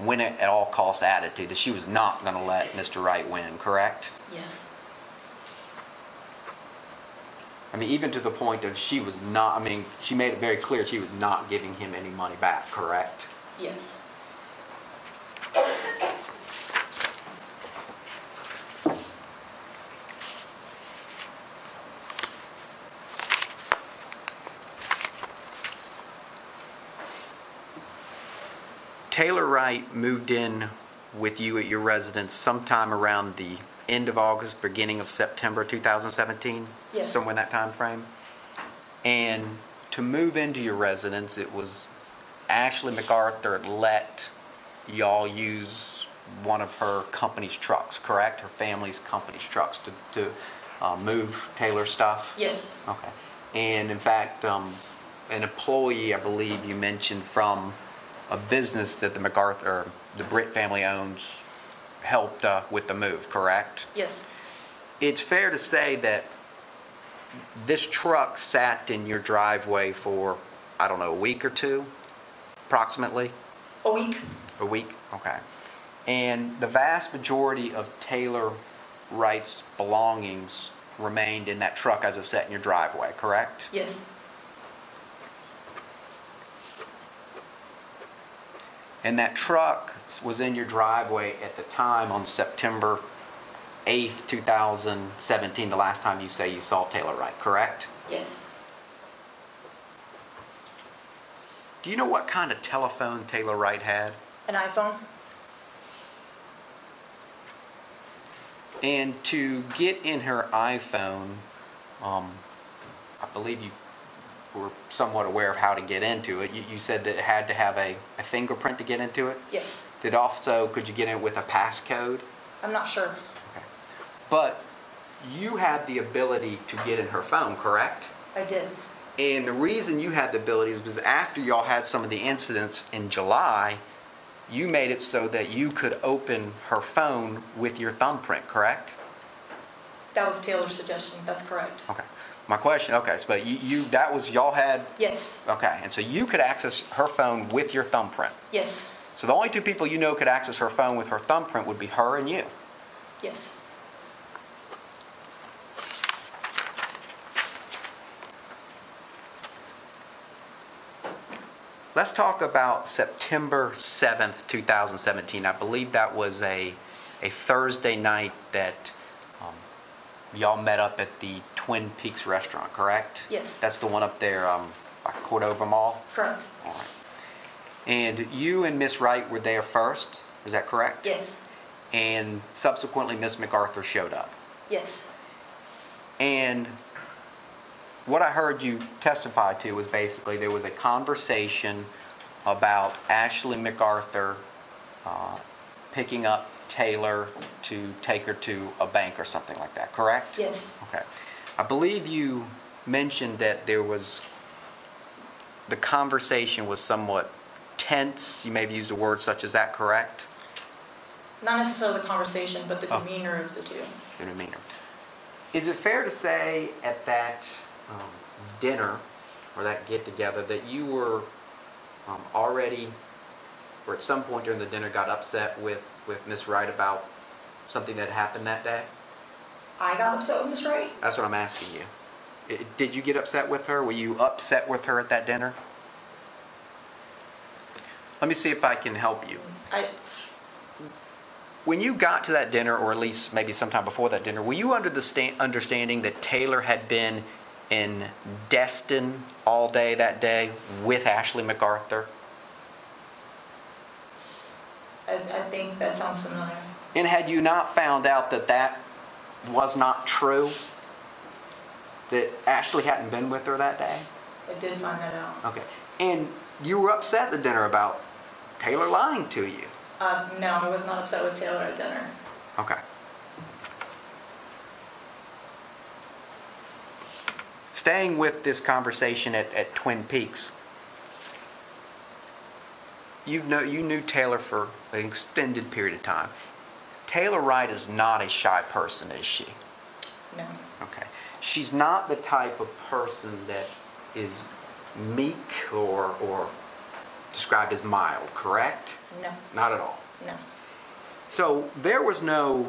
win at all costs attitude, that she was not going to let Mr. Wright win, correct?
Yes.
I mean, even to the point of she was not, I mean, she made it very clear she was not giving him any money back, correct?
Yes.
Taylor Wright moved in with you at your residence sometime around the end of August, beginning of September 2017?
Yes.
Somewhere in that time frame. And to move into your residence, it was Ashley MacArthur let y'all use one of her company's trucks, correct? Her family's company's trucks to, to uh, move Taylor's stuff?
Yes.
Okay. And in fact, um, an employee, I believe you mentioned, from a business that the MacArthur, the Britt family owns, helped uh, with the move, correct?
Yes.
It's fair to say that this truck sat in your driveway for, I don't know, a week or two, approximately?
A week?
A week? Okay. And the vast majority of Taylor Wright's belongings remained in that truck as it sat in your driveway, correct?
Yes.
And that truck was in your driveway at the time on September 8th, 2017, the last time you say you saw Taylor Wright, correct?
Yes.
Do you know what kind of telephone Taylor Wright had?
An iPhone?
And to get in her iPhone, um, I believe you were somewhat aware of how to get into it. You, you said that it had to have a, a fingerprint to get into it?
Yes.
Did also, could you get in with a passcode?
I'm not sure.
But you had the ability to get in her phone, correct?
I did.
And the reason you had the abilities was after y'all had some of the incidents in July, you made it so that you could open her phone with your thumbprint, correct?
That was Taylor's suggestion. That's correct.
Okay. My question, okay, so but you, you that was y'all had
Yes.
okay, and so you could access her phone with your thumbprint.
Yes.
So the only two people you know could access her phone with her thumbprint would be her and you.
Yes.
Let's talk about September 7th, 2017. I believe that was a, a Thursday night that um, y'all met up at the Twin Peaks Restaurant, correct?
Yes.
That's the one up there um, by Cordova Mall?
Correct.
All right. And you and Miss Wright were there first, is that correct?
Yes.
And subsequently, Miss MacArthur showed up.
Yes.
And what I heard you testify to was basically there was a conversation about Ashley MacArthur uh, picking up Taylor to take her to a bank or something like that, correct?
Yes.
Okay. I believe you mentioned that there was, the conversation was somewhat tense. You maybe used a word such as that, correct?
Not necessarily the conversation, but the
Oh.
demeanor of the two.
the demeanor. Is it fair to say at that um, dinner or that get together that you were um, already, or at some point during the dinner, got upset with with Miss Wright about something that happened that day?
I got upset with Miss Ray.
That's what I'm asking you. I- Did you get upset with her? Were you upset with her at that dinner? Let me see if I can help you.
I,
When you got to that dinner, or at least maybe sometime before that dinner, were you under the sta- understanding that Taylor had been in Destin all day that day with Ashley MacArthur?
I, I think that sounds familiar.
And had you not found out that that was not true, that Ashley hadn't been with her that day?
I did find that out.
Okay. And you were upset at the dinner about Taylor lying to you.
Uh, no, I was not upset with Taylor at dinner.
Okay. Staying with this conversation at, at Twin Peaks, you know you knew Taylor for an extended period of time. Taylor Wright is not a shy person, is she?
No.
Okay. She's not the type of person that is meek or, or described as mild, correct?
No.
Not at all.
No.
So there was no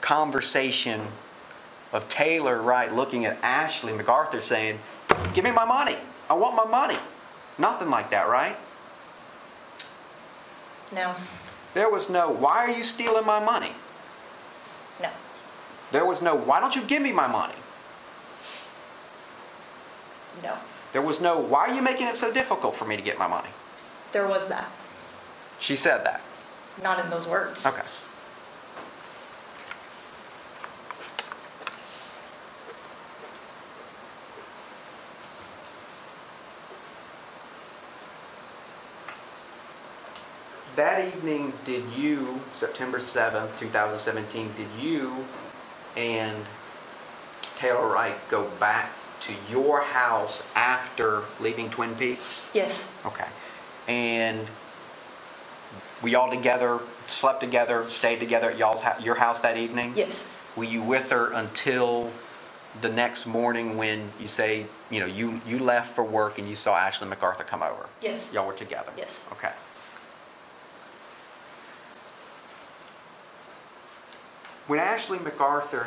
conversation of Taylor Wright looking at Ashley MacArthur saying, Give me my money. I want my money. Nothing like that, right?
No.
There was no, Why are you stealing my money?
No.
There was no, Why don't you give me my money?
No.
There was no, Why are you making it so difficult for me to get my money?
There was that.
She said that.
Not in those words.
Okay. That evening, did you, September 7th, 2017, did you and Taylor Wright go back to your house after leaving Twin Peaks?
Yes.
Okay. And we all together, slept together, stayed together at y'all's, hou- your house that evening?
Yes.
Were you with her until the next morning when you say, you know, you, you left for work and you saw Ashley MacArthur come over?
Yes.
Y'all were together?
Yes.
Okay. When Ashley MacArthur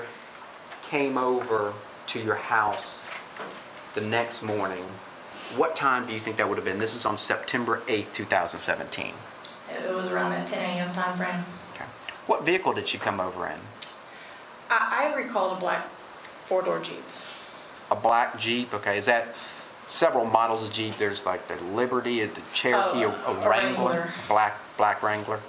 came over to your house the next morning, what time do you think that would have been? This is on September 8th, 2017.
It was around that 10 a.m. time frame.
Okay. What vehicle did she come over in?
I, I recall a black four-door Jeep.
A black Jeep, okay, is that several models of Jeep? There's like the Liberty, the Cherokee, a
Oh,
a
a
Wrangler,
Wrangler.
black, black Wrangler.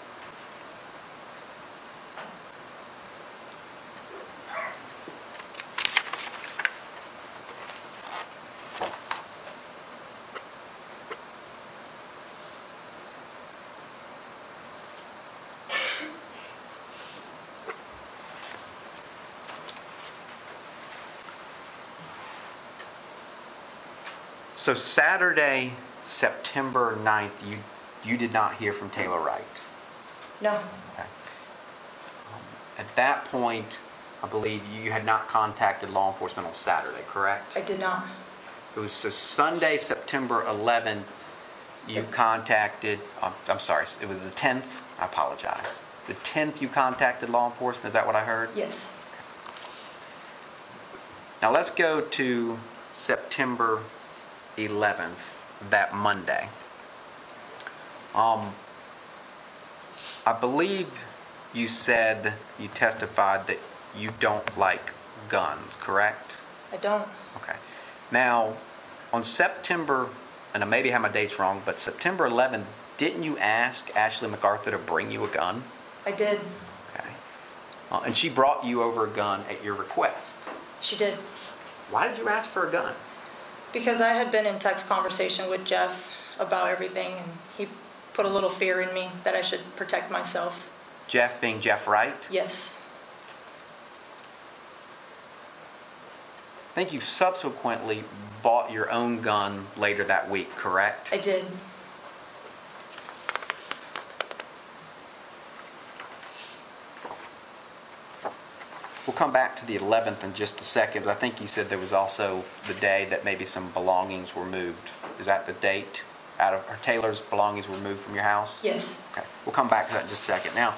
So Saturday, September 9th, you, you did not hear from Taylor Wright?
No.
Okay. Um, At that point, I believe you had not contacted law enforcement on Saturday, correct?
I did not.
It was so Sunday, September 11th, you contacted, I'm, I'm sorry, it was the 10th, I apologize. The 10th you contacted law enforcement, is that what I heard?
Yes.
Now let's go to September 11th, that Monday. Um, I believe you said, you testified that you don't like guns, correct?
I don't.
Okay. Now, on September, and I maybe have my dates wrong, but September 11th, didn't you ask Ashley MacArthur to bring you a gun?
I did.
Okay. Uh, and she brought you over a gun at your request.
She did.
Why did you ask for a gun?
Because I had been in text conversation with Jeff about everything, and he put a little fear in me that I should protect myself.
Jeff being Jeff Wright?
Yes.
I think you subsequently bought your own gun later that week, correct?
I did.
We'll come back to the 11th in just a second, but I think you said there was also the day that maybe some belongings were moved. Is that the date? Out of, or Taylor's belongings were moved from your house?
Yes.
Okay, we'll come back to that in just a second. Now,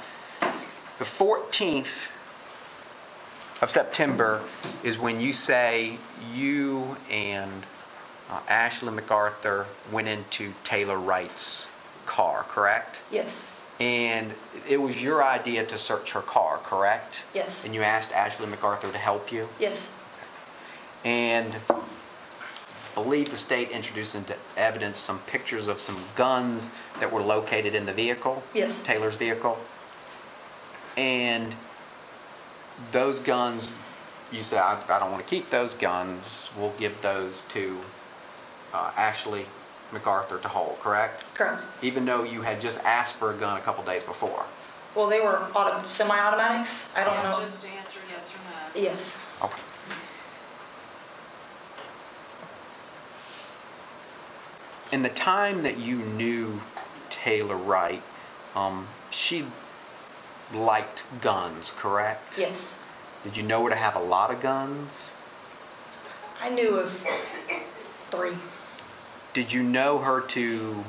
The 14th of September is when you say you and uh, Ashley MacArthur went into Taylor Wright's car, correct?
Yes.
And it was your idea to search her car, correct?
Yes.
And you asked Ashley MacArthur to help you?
Yes.
And I believe the state introduced into evidence some pictures of some guns that were located in the vehicle?
Yes.
Taylor's vehicle? And those guns, you said, I, I don't want to keep those guns, we'll give those to uh, Ashley MacArthur to hold, correct?
Correct.
Even though you had just asked for a gun a couple days before?
Well, they were auto, semi-automatics. I don't know.
Just answer yes or no.
Yes.
Okay. In the time that you knew Taylor Wright, um, she liked guns, correct?
Yes.
Did you know her to have a lot of guns?
I knew of three.
Did you know her to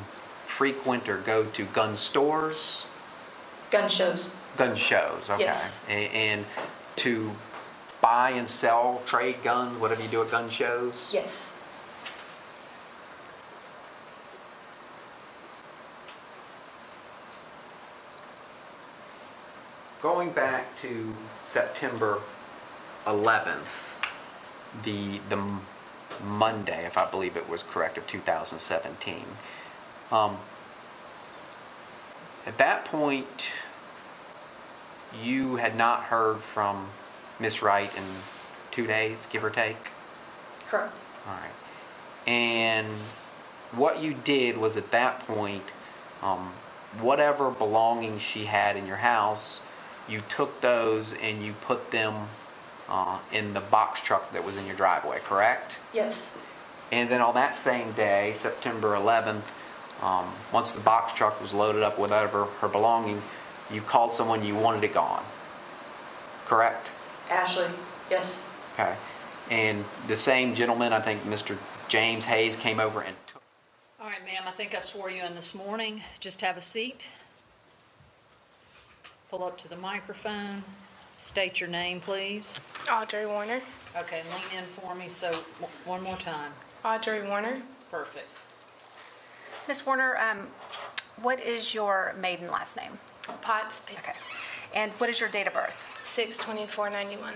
frequent or go to gun stores,
Gun shows.
gun shows? Okay.
Yes.
A- And, to buy and sell, trade guns, whatever you do at gun shows?
Yes.
Going back to September 11th, the, the m- Monday, if I believe it was correct, of 2017. um, At that point, you had not heard from Miss Wright in two days, give or take?
Correct.
All right. And what you did was at that point, um, whatever belongings she had in your house, you took those and you put them uh, in the box truck that was in your driveway, correct?
Yes.
And then on that same day, September 11th, um, once the box truck was loaded up with whatever her belonging, you called someone you wanted it gone, correct?
Ashley. Yes.
Okay. And the same gentleman, I think Mr. James Hayes, came over and took.
All right, ma'am, I think I swore you in this morning. Just have a seat. Pull up to the microphone. State your name, please.
Audrey Warner.
Okay, and lean in for me, so w- one more time.
Audrey Warner.
Perfect.
Ms. Warner, um, what is your maiden last name?
Potts.
Okay. And what is your date of birth?
62491.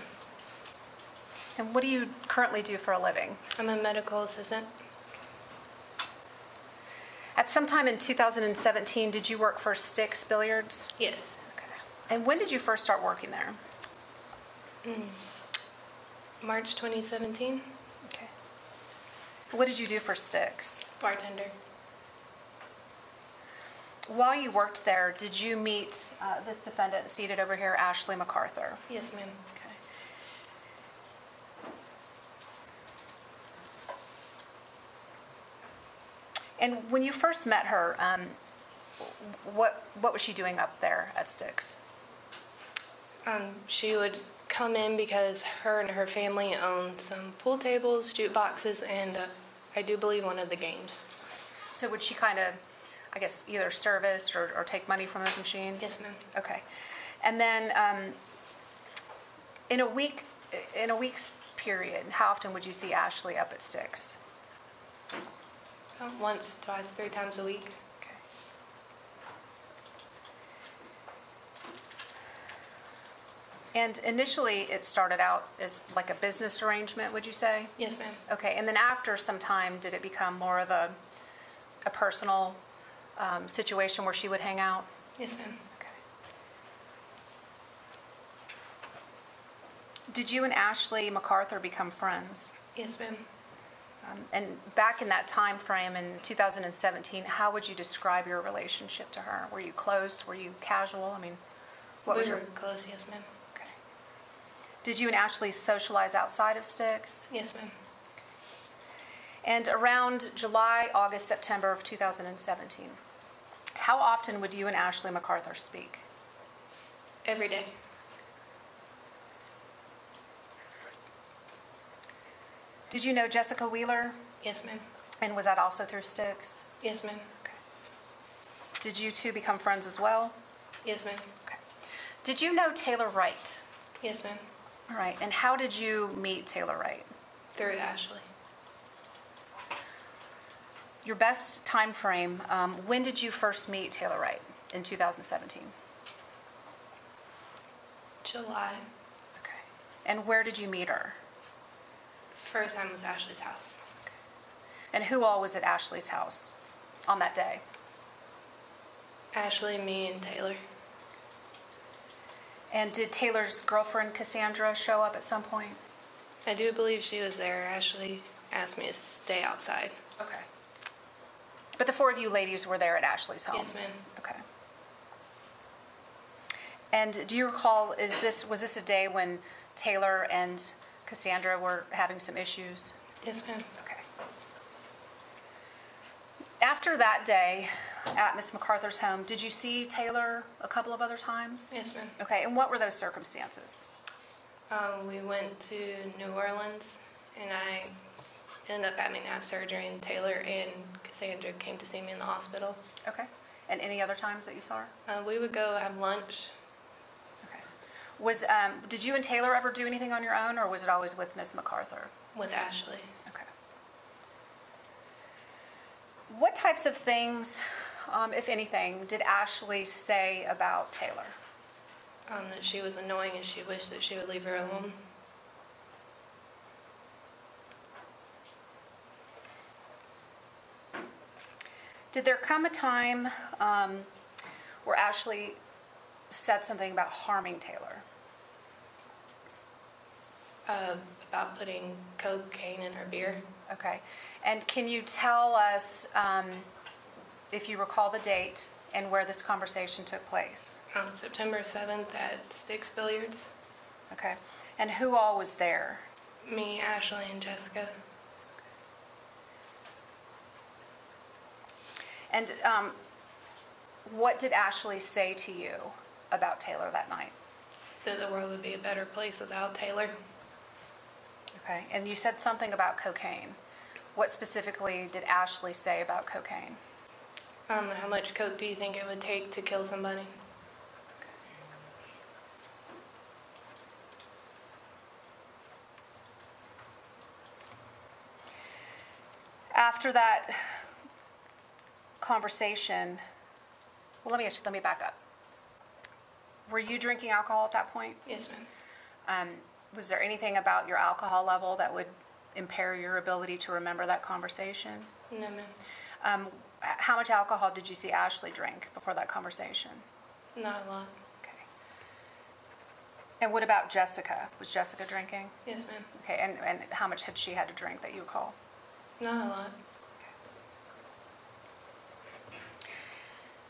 And what do you currently do for a living?
I'm a medical assistant.
At some time in 2017, did you work for Sticks Billiards?
Yes.
And when did you first start working there?
March 2017.
Okay. What did you do for Sticks?
Bartender.
While you worked there, did you meet uh, this defendant seated over here, Ashley MacArthur?
Yes, ma'am.
Okay. And when you first met her, um, what what was she doing up there at Sticks?
Um, she would come in because her and her family owned some pool tables, jukeboxes, and uh, I do believe one of the games.
So would she kind of, I guess, either service or, or take money from those machines?
Yes, ma'am.
Okay. And then um, in a week, in a week's period, how often would you see Ashley up at Sticks?
Uh, Once, twice, three times a week.
Okay. And initially, it started out as like a business arrangement, would you say?
Yes, ma'am.
Okay, and then after some time, did it become more of a, a personal um, situation where she would hang out?
Yes, ma'am.
Okay. Did you and Ashley MacArthur become friends?
Yes, ma'am.
Um, And back in that time frame in 2017, how would you describe your relationship to her? Were you close? Were you casual? I mean, what was
we
your?
were close. Yes, ma'am.
okay. Did you and Ashley socialize outside of Sticks?
Yes, ma'am.
And around July, August, September of 2017, how often would you and Ashley MacArthur speak?
Every day.
Did you know Jessica Wheeler?
Yes, ma'am.
And was that also through Sticks?
Yes, ma'am.
Did you two become friends as well?
Yes, ma'am.
Okay. Did you know Taylor Wright?
Yes, ma'am.
All right, and how did you meet Taylor Wright?
Through Ashley.
Your best time frame, um, when did you first meet Taylor Wright? In 2017?
July.
And where did you meet her?
First time was Ashley's house.
And who all was at Ashley's house on that day?
Ashley, me, and Taylor.
And did Taylor's girlfriend Cassandra show up at some point?
I do believe she was there. Ashley asked me to stay outside.
Okay. But the four of you ladies were there at Ashley's home?
Yes, ma'am.
Okay. And do you recall, is this, was this a day when Taylor and Cassandra were having some issues?
Yes, ma'am.
Okay. After that day at Miss MacArthur's home, did you see Taylor a couple of other times?
Yes, ma'am.
Okay, and what were those circumstances?
Um, we went to New Orleans, and I ended up having ab surgery, and Taylor and Cassandra came to see me in the hospital.
Okay. And any other times that you saw her?
Uh, we would go have lunch.
Was, um, did you and Taylor ever do anything on your own, or was it always with Miss MacArthur?
With Ashley.
Okay. What types of things, um, if anything, did Ashley say about Taylor?
Um, that she was annoying and she wished that she would leave her alone.
Did there come a time um, where Ashley said something about harming Taylor?
Uh, about putting cocaine in her beer.
Okay. And can you tell us, um, if you recall the date and where this conversation took place?
On Um, September 7th at Sticks Billiards.
Okay. And who all was there?
Me, Ashley, and Jessica.
And um, what did Ashley say to you about Taylor that night?
That the world would be a better place without Taylor.
Okay, and you said something about cocaine. What specifically did Ashley say about cocaine?
Um, how much coke do you think it would take to kill somebody?
After that conversation, well, let me ask you, let me back up. Were you drinking alcohol at that point?
Yes, ma'am.
Um, was there anything about your alcohol level that would impair your ability to remember that conversation?
No, ma'am.
Um, how much alcohol did you see Ashley drink before that conversation?
Not a lot.
Okay. And what about Jessica? Was Jessica drinking?
Yes, ma'am.
Okay, and, and how much had she had to drink that you recall?
Not a lot.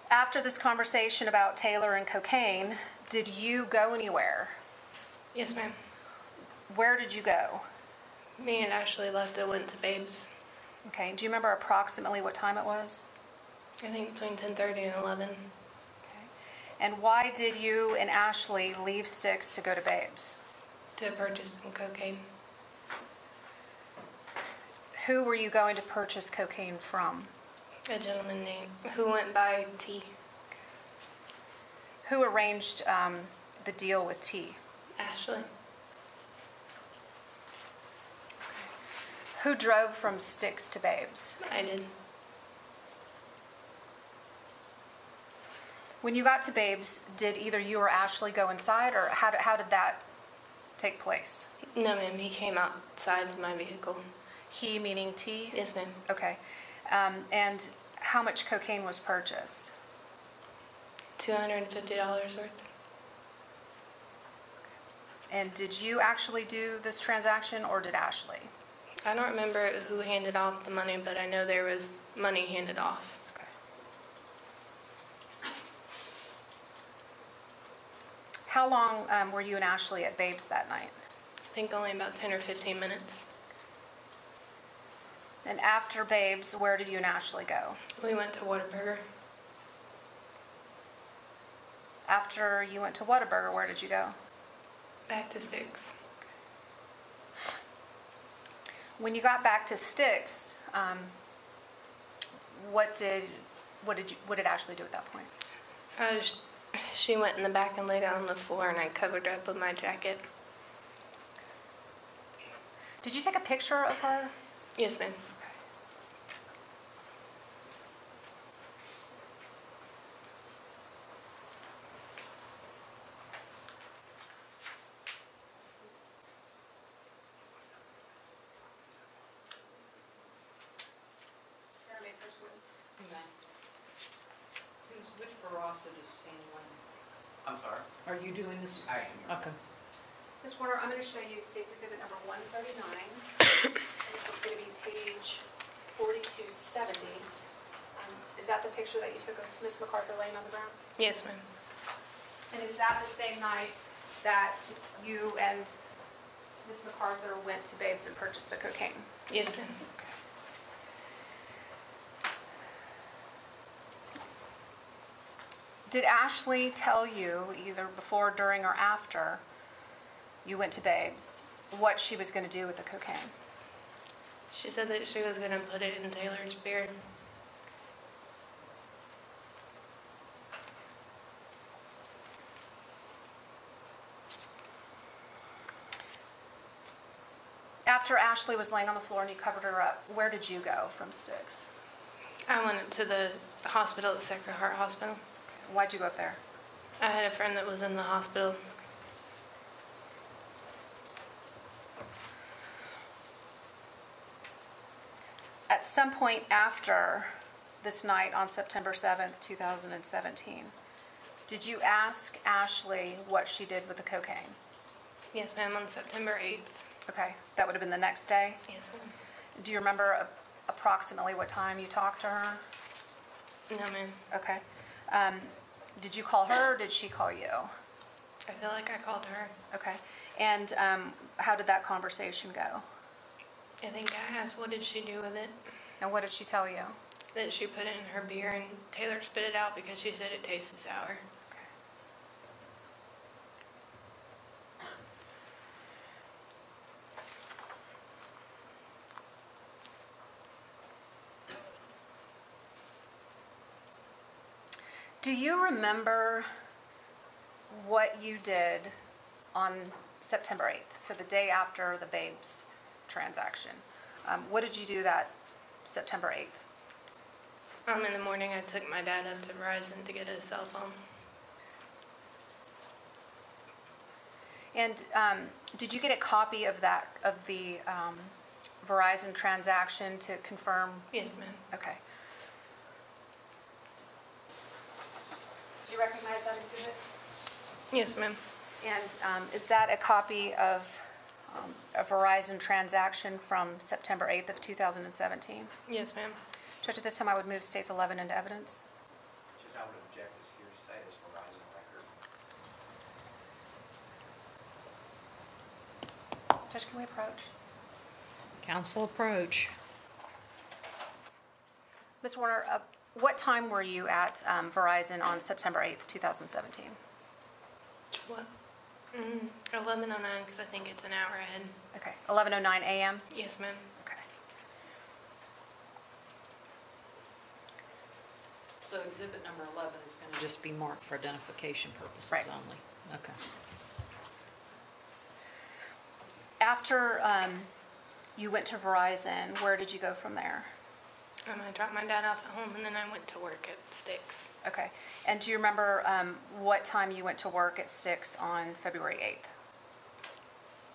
After this conversation about Taylor and cocaine, did you go anywhere?
Yes, ma'am.
Where did you go?
Me and Ashley left and went to Babes.
Okay. Do you remember approximately what time it was?
I think between 10:30 and 11. Okay.
And why did you and Ashley leave Sticks to go to Babes?
To purchase some cocaine.
Who were you going to purchase cocaine from?
A gentleman named who went by T.
Who arranged um, the deal with T?
Ashley.
Who drove from Sticks to Babes?
I did.
When you got to Babes, did either you or Ashley go inside, or how, did- how did that take place?
No, ma'am. He came outside my vehicle.
He meaning T?
Yes, ma'am.
Okay. Um, and how much cocaine was purchased?
$250 worth.
And did you actually do this transaction, or did Ashley?
I don't remember who handed off the money, but I know there was money handed off.
How long um, were you and Ashley at Babes that night?
I think only about 10 or 15 minutes.
And after Babes, where did you and Ashley go?
We went to Whataburger.
After you went to Whataburger, where did you go?
Back to Sticks.
When you got back to Sticks, um, what did what did you, what did Ashley do at that point?
I was, Uh, She went in the back and laid on the floor, and I covered her up with my jacket.
Did you take a picture of her?
Yes, ma'am.
Jeremy, first witness.
Who's, which Barossa is Fannie
I'm sorry?
Lane? Are you doing this?
I am.
Okay.
Ms. Warner, I'm going to show you State's Exhibit Number 139. And This is going to be page 4270. Um, Is that the picture that you took of Ms. MacArthur laying on the ground?
Yes, ma'am.
And is that the same night that you and Ms. MacArthur went to Babes and purchased the cocaine?
Yes, ma'am.
Did Ashley tell you, either before, during, or after you went to Babes, what she was going to do with the cocaine?
She said that she was going to put it in Taylor's beard.
After Ashley was laying on the floor and you covered her up, where did you go from Styx?
I went to the hospital, the Sacred Heart Hospital.
Why'd you go up there?
I had a friend that was in the hospital.
At some point after this night on September 7th, 2017, did you ask Ashley what she did with the cocaine?
Yes, ma'am, on September 8th.
Okay, that would have been the next day?
Yes, ma'am.
Do you remember a- approximately what time you talked to her?
No, ma'am.
Okay. Um, Did you call her or did she call you?
I feel like I called her.
Okay. And um, how did that conversation go?
I think I asked, what did she do with it?
And what did she tell you?
That she put it in her beer and Taylor spit it out because she said it tasted sour.
Do you remember what you did on September 8th? So the day after the Babes transaction. Um, What did you do that September 8th?
Um, in the morning, I took my dad up to Verizon to get his cell phone.
And um, did you get a copy of that, of the um, Verizon transaction to confirm?
Yes, ma'am.
Okay.
Do you recognize that exhibit?
Yes, ma'am.
And um, is that a copy of um, a Verizon transaction from September 8th of 2017?
Yes, ma'am.
Judge, at this time, I would move States 11 into evidence.
Judge, I would object as hearsay as Verizon record.
Judge, can we approach?
Council approach.
Ms. Warner, uh, what time were you at um, Verizon on September 8th, 2017?
What? Mm, 11.09 because I think it's an hour ahead.
Okay, 11:09 a.m.?
Yes, ma'am.
Okay.
So exhibit number 11 is going to just be marked for identification purposes
Right.
only. Okay.
After um, you went to Verizon, where did you go from there?
Um, I dropped my dad off at home and then I went to work at Sticks.
Okay, and do you remember um, what time you went to work at Six on February 8th?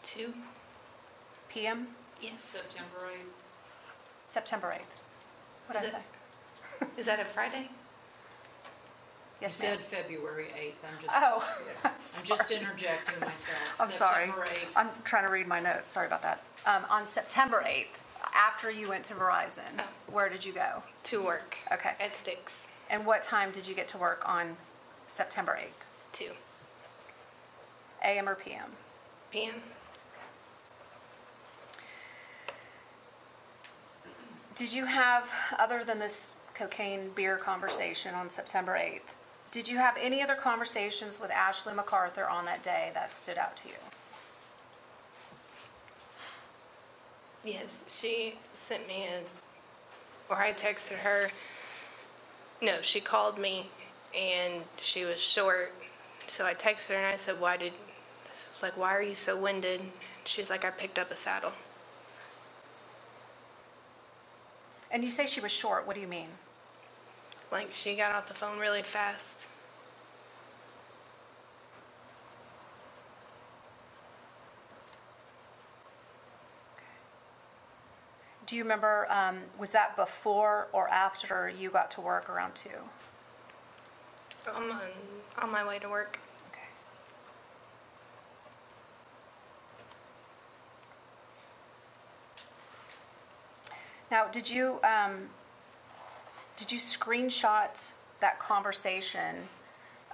2?
PM?
Yes.
September 8th.
September 8th. What did I
Is
say?
it- Is that a Friday?
Yes,
You
ma'am.
said February 8th. I'm just,
Oh,
I'm just interjecting myself.
I'm sorry.
September 8th.
I'm trying to read my notes, sorry about that. Um, On September 8th, after you went to Verizon, where did you go?
To work.
Okay,
At Sticks.
and what time did you get to work on September 8th?
2
AM or PM?
p.m.
Did you have, other than this cocaine beer conversation on September 8th, did you have any other conversations with Ashley MacArthur on that day that stood out to you?
Yes, she sent me a, or I texted her. No, she called me and she was short. So I texted her and I said, Why did, I was like, Why are you so winded? She's like, I picked up a saddle.
And you say she was short, what do you mean?
Like, she got off the phone really fast.
Do you remember, um, was that before or after you got to work around two?
I'm on, on my way to work.
Now, did you, um, did you screenshot that conversation,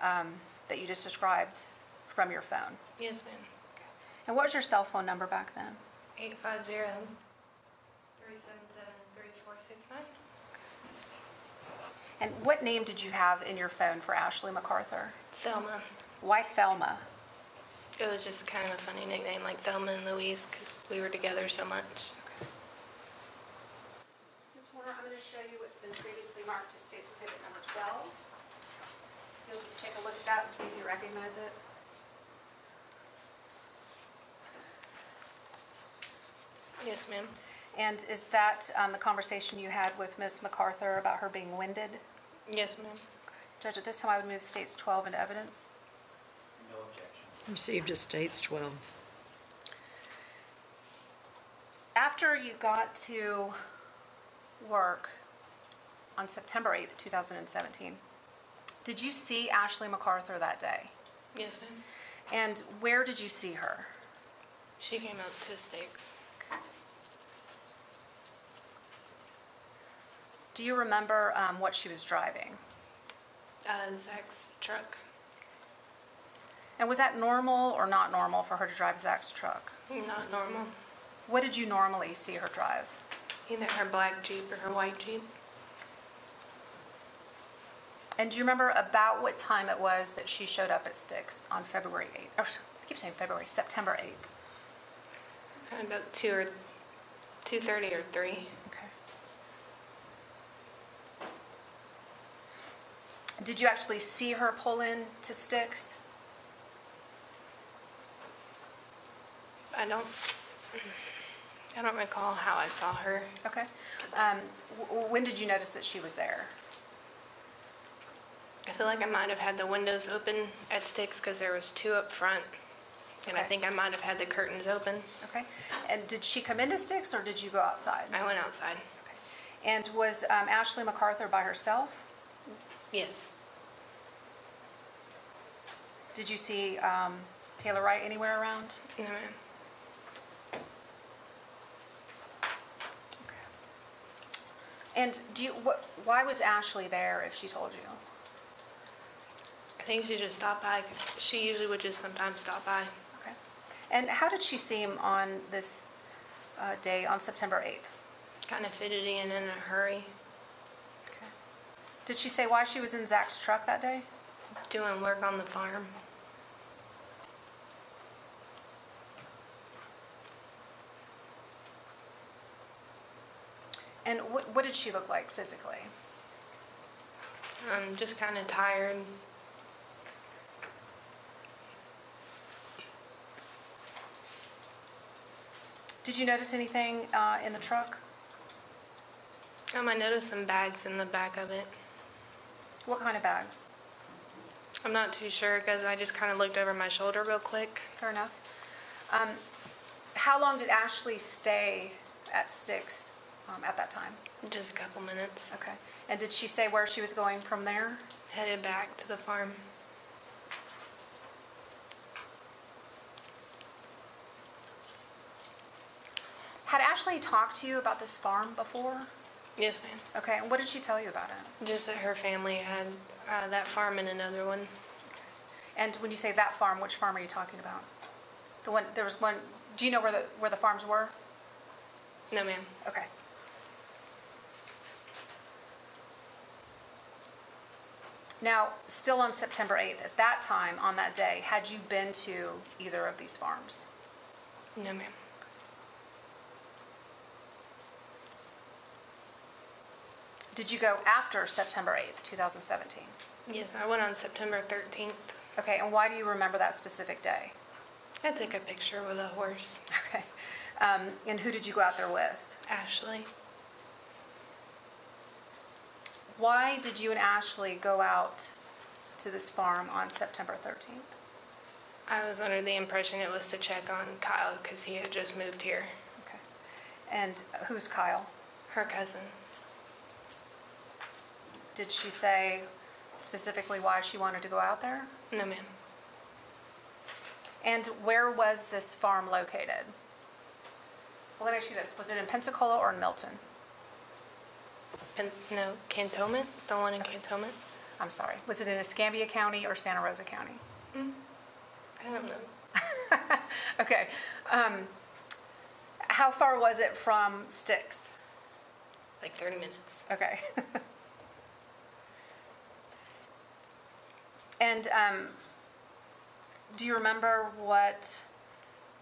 um, that you just described from your phone?
Yes, ma'am.
And what was your cell phone number back then?
850 377 3469.
And what name did you have in your phone for Ashley MacArthur?
Thelma.
Why Thelma?
It was just kind of a funny nickname, like Thelma and Louise, because we were together so much.
Ms. Warner, I'm going to show you what's been previously marked as State's Exhibit Number 12. You'll just take a look at that and see if you recognize it.
Yes, ma'am.
And is that um, the conversation you had with Miss MacArthur about her being winded?
Yes, ma'am.
Judge, at this time, I would move States 12 into evidence.
No objection.
Received as states 12.
After you got to work on September 8th, 2017, did you see Ashley MacArthur that day?
Yes, ma'am.
And where did you see her?
She came up to stakes.
Do you remember um, what she was driving?
Uh, Zach's truck.
And was that normal or not normal for her to drive Zach's truck?
Not normal.
What did you normally see her drive?
Either her black Jeep or her white Jeep.
And do you remember about what time it was that she showed up at Sticks on February 8th? Or, I keep saying February, September 8th.
Probably About two or, 2:30 or three.
Okay. Did you actually see her pull in to Sticks?
I don't, I don't recall how I saw her.
Okay. Um, w- when did you notice that she was there?
I feel like I might have had the windows open at Sticks because there was two up front. And I
Okay.
think I might have had the curtains open.
Okay. And did she come into Sticks or did you go outside?
I went outside.
And was um, Ashley MacArthur by herself?
Yes.
Did you see um, Taylor Wright anywhere around?
No, ma'am.
And do you, what, why was Ashley there if she told you?
I think she just stopped by 'cause she usually would just sometimes stop by.
Okay. And how did she seem on this uh, day on September 8th?
Kind of fidgety and in a hurry,
Did she say why she was in Zach's truck that day?
doing work on the farm.
And what, what did she look like physically?
I'm just kind of tired.
Did you notice anything uh, in the truck?
Um, I noticed some bags in the back of it.
What kind of bags?
I'm not too sure because I just kind of looked over my shoulder real quick.
Fair enough. Um, how long did Ashley stay at Sticks um, at that time?
Just a couple minutes.
Okay. And did she say where she was going from there?
Headed back to the farm.
Had Ashley talked to you about this farm before?
Yes, ma'am.
Okay, and what did she tell you about it?
Just that her family had uh, that farm and another one.
And when you say that farm, which farm are you talking about? The one there was one. Do you know where the where the farms were?
No, ma'am.
Okay. Now, still on September 8th, at that time, on that day, had you been to either of these farms?
No, ma'am.
Did you go after September 8th, 2017?
Yes, I went on September 13th.
Okay, and why do you remember that specific day?
I took a picture with a horse.
Okay. Um, and who did you go out there with?
Ashley.
Why did you and Ashley go out to this farm on September 13th?
I was under the impression it was to check on Kyle because he had just moved here.
Okay. And who's Kyle?
Her cousin.
Did she say specifically why she wanted to go out there?
No, ma'am.
And where was this farm located? Well, let me ask you this. Was it in Pensacola or in Milton?
Pen- no, Cantonment? The one in Cantonment?
I'm sorry. Was it in Escambia County or Santa Rosa County?
Mm, I don't know.
okay. Um, how far was it from Styx?
Like 30 minutes.
Okay. and um, do you remember what,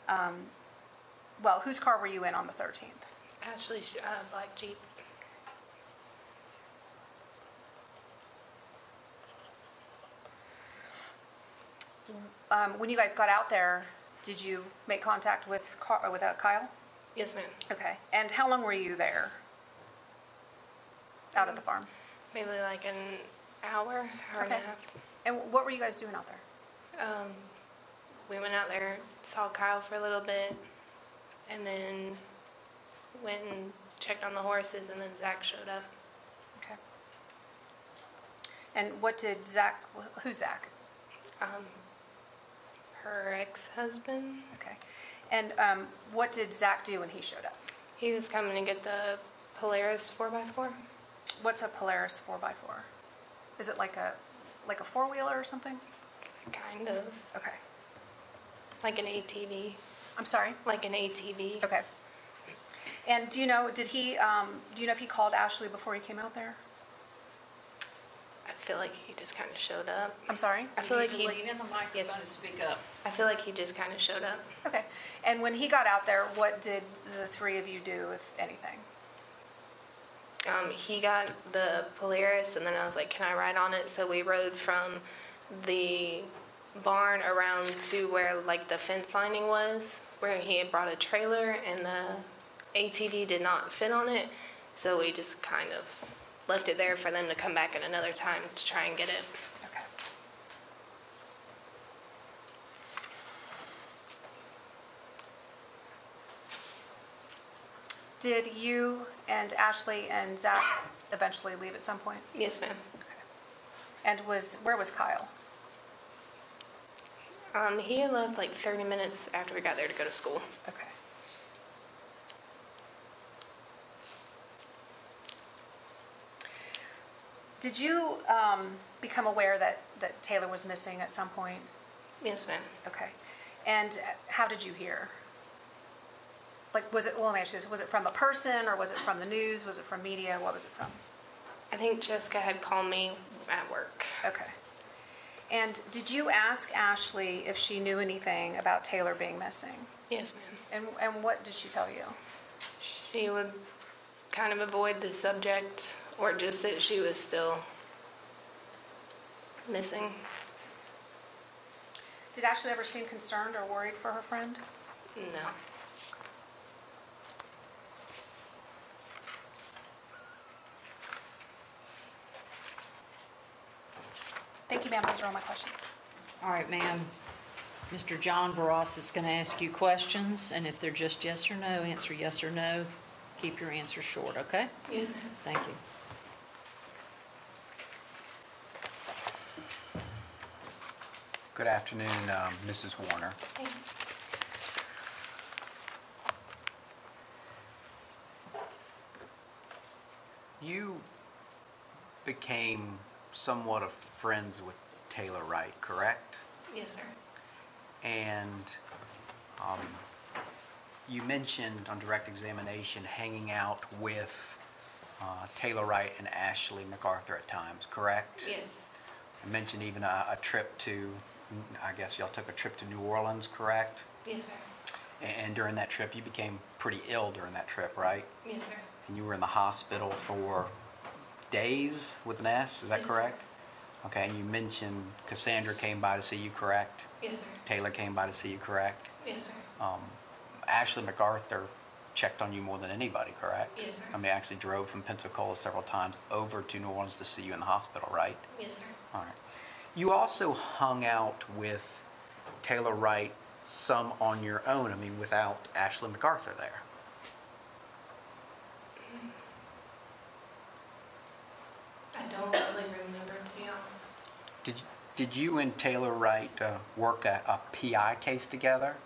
um, well, whose car were you in on the 13th?
Ashley's uh, black Jeep.
Um, when you guys got out there, did you make contact with Car- with uh, Kyle?
Yes, ma'am.
Okay. And how long were you there? Out at the farm.
Maybe like an hour, hour and a
Okay.
half.
And what were you guys doing out there?
Um, we went out there, saw Kyle for a little bit, and then went and checked on the horses, and then Zach showed up.
Okay. And what did Zach? wh- Who's Zach?
Um, her ex-husband.
Okay. And um, what did Zach do when he showed up?
He was coming to get the Polaris 4x4.
What's a Polaris 4x4? Is it like a like a four wheeler or something?
Kind of
Okay.
like an ATV,
I'm sorry.
like an ATV.
Okay. And do you know? Did he? Um, do you know if he called Ashley before he came out there?
I feel like he just kind of showed up.
I'm sorry.
I feel like
You need to
he.
lean in the microphone and speak up.
I feel like he just kind of showed up.
Okay. And when he got out there, what did the three of you do, if anything?
Um, he got the Polaris, and then I was like, "Can I ride on it?" So we rode from the barn around to where like the fence lining was, where he had brought a trailer, and the ATV did not fit on it. So we just kind of left it there for them to come back at another time to try and get it.
Okay. Did you and Ashley and Zach eventually leave at some point?
Yes, ma'am.
And was where was Kyle?
Um, he had left like 30 minutes after we got there to go to school.
Okay. Did you um, become aware that, that Taylor was missing at some point?
Yes, ma'am.
Okay. And uh, how did you hear? Like, was it, well, let me ask you this, was it from a person or was it from the news? Was it from media? What was it from?
I think Jessica had called me at work.
Okay. And did you ask Ashley if she knew anything about Taylor being missing?
Yes, ma'am.
And, and what did she tell you?
She would kind of avoid the subject or just that she was still missing.
Did Ashley ever seem concerned or worried for her friend?
No.
Thank you, ma'am. Those are all my questions.
All right, ma'am. Mr. John Barros is going to ask you questions, and if they're just yes or no, answer yes or no. Keep your answers short, okay?
Yes, ma'am.
Thank you.
Good afternoon, um, Mrs. Warner. You became somewhat of friends with Taylor Wright, correct?
Yes, sir.
And um, you mentioned on direct examination hanging out with uh, Taylor Wright and Ashley MacArthur at times, correct?
Yes.
I mentioned even a, a trip to, I guess y'all took a trip to New Orleans, correct?
Yes, sir.
A- And during that trip, you became pretty ill during that trip, right?
Yes, sir.
And you were in the hospital for Days with an S, is that
Yes.
correct? Okay, and you mentioned Cassandra came by to see you, correct?
Yes, sir.
Taylor came by to see you, correct?
Yes, sir.
Um, Ashley MacArthur checked on you more than anybody, correct?
Yes, sir.
I mean, actually drove from Pensacola several times over to New Orleans to see you in the hospital, right?
Yes, sir.
All right. You also hung out with Taylor Wright some on your own, I mean, without Ashley MacArthur there.
I don't really remember, to be honest.
Did, did you and Taylor Wright uh, work a, a PI case together?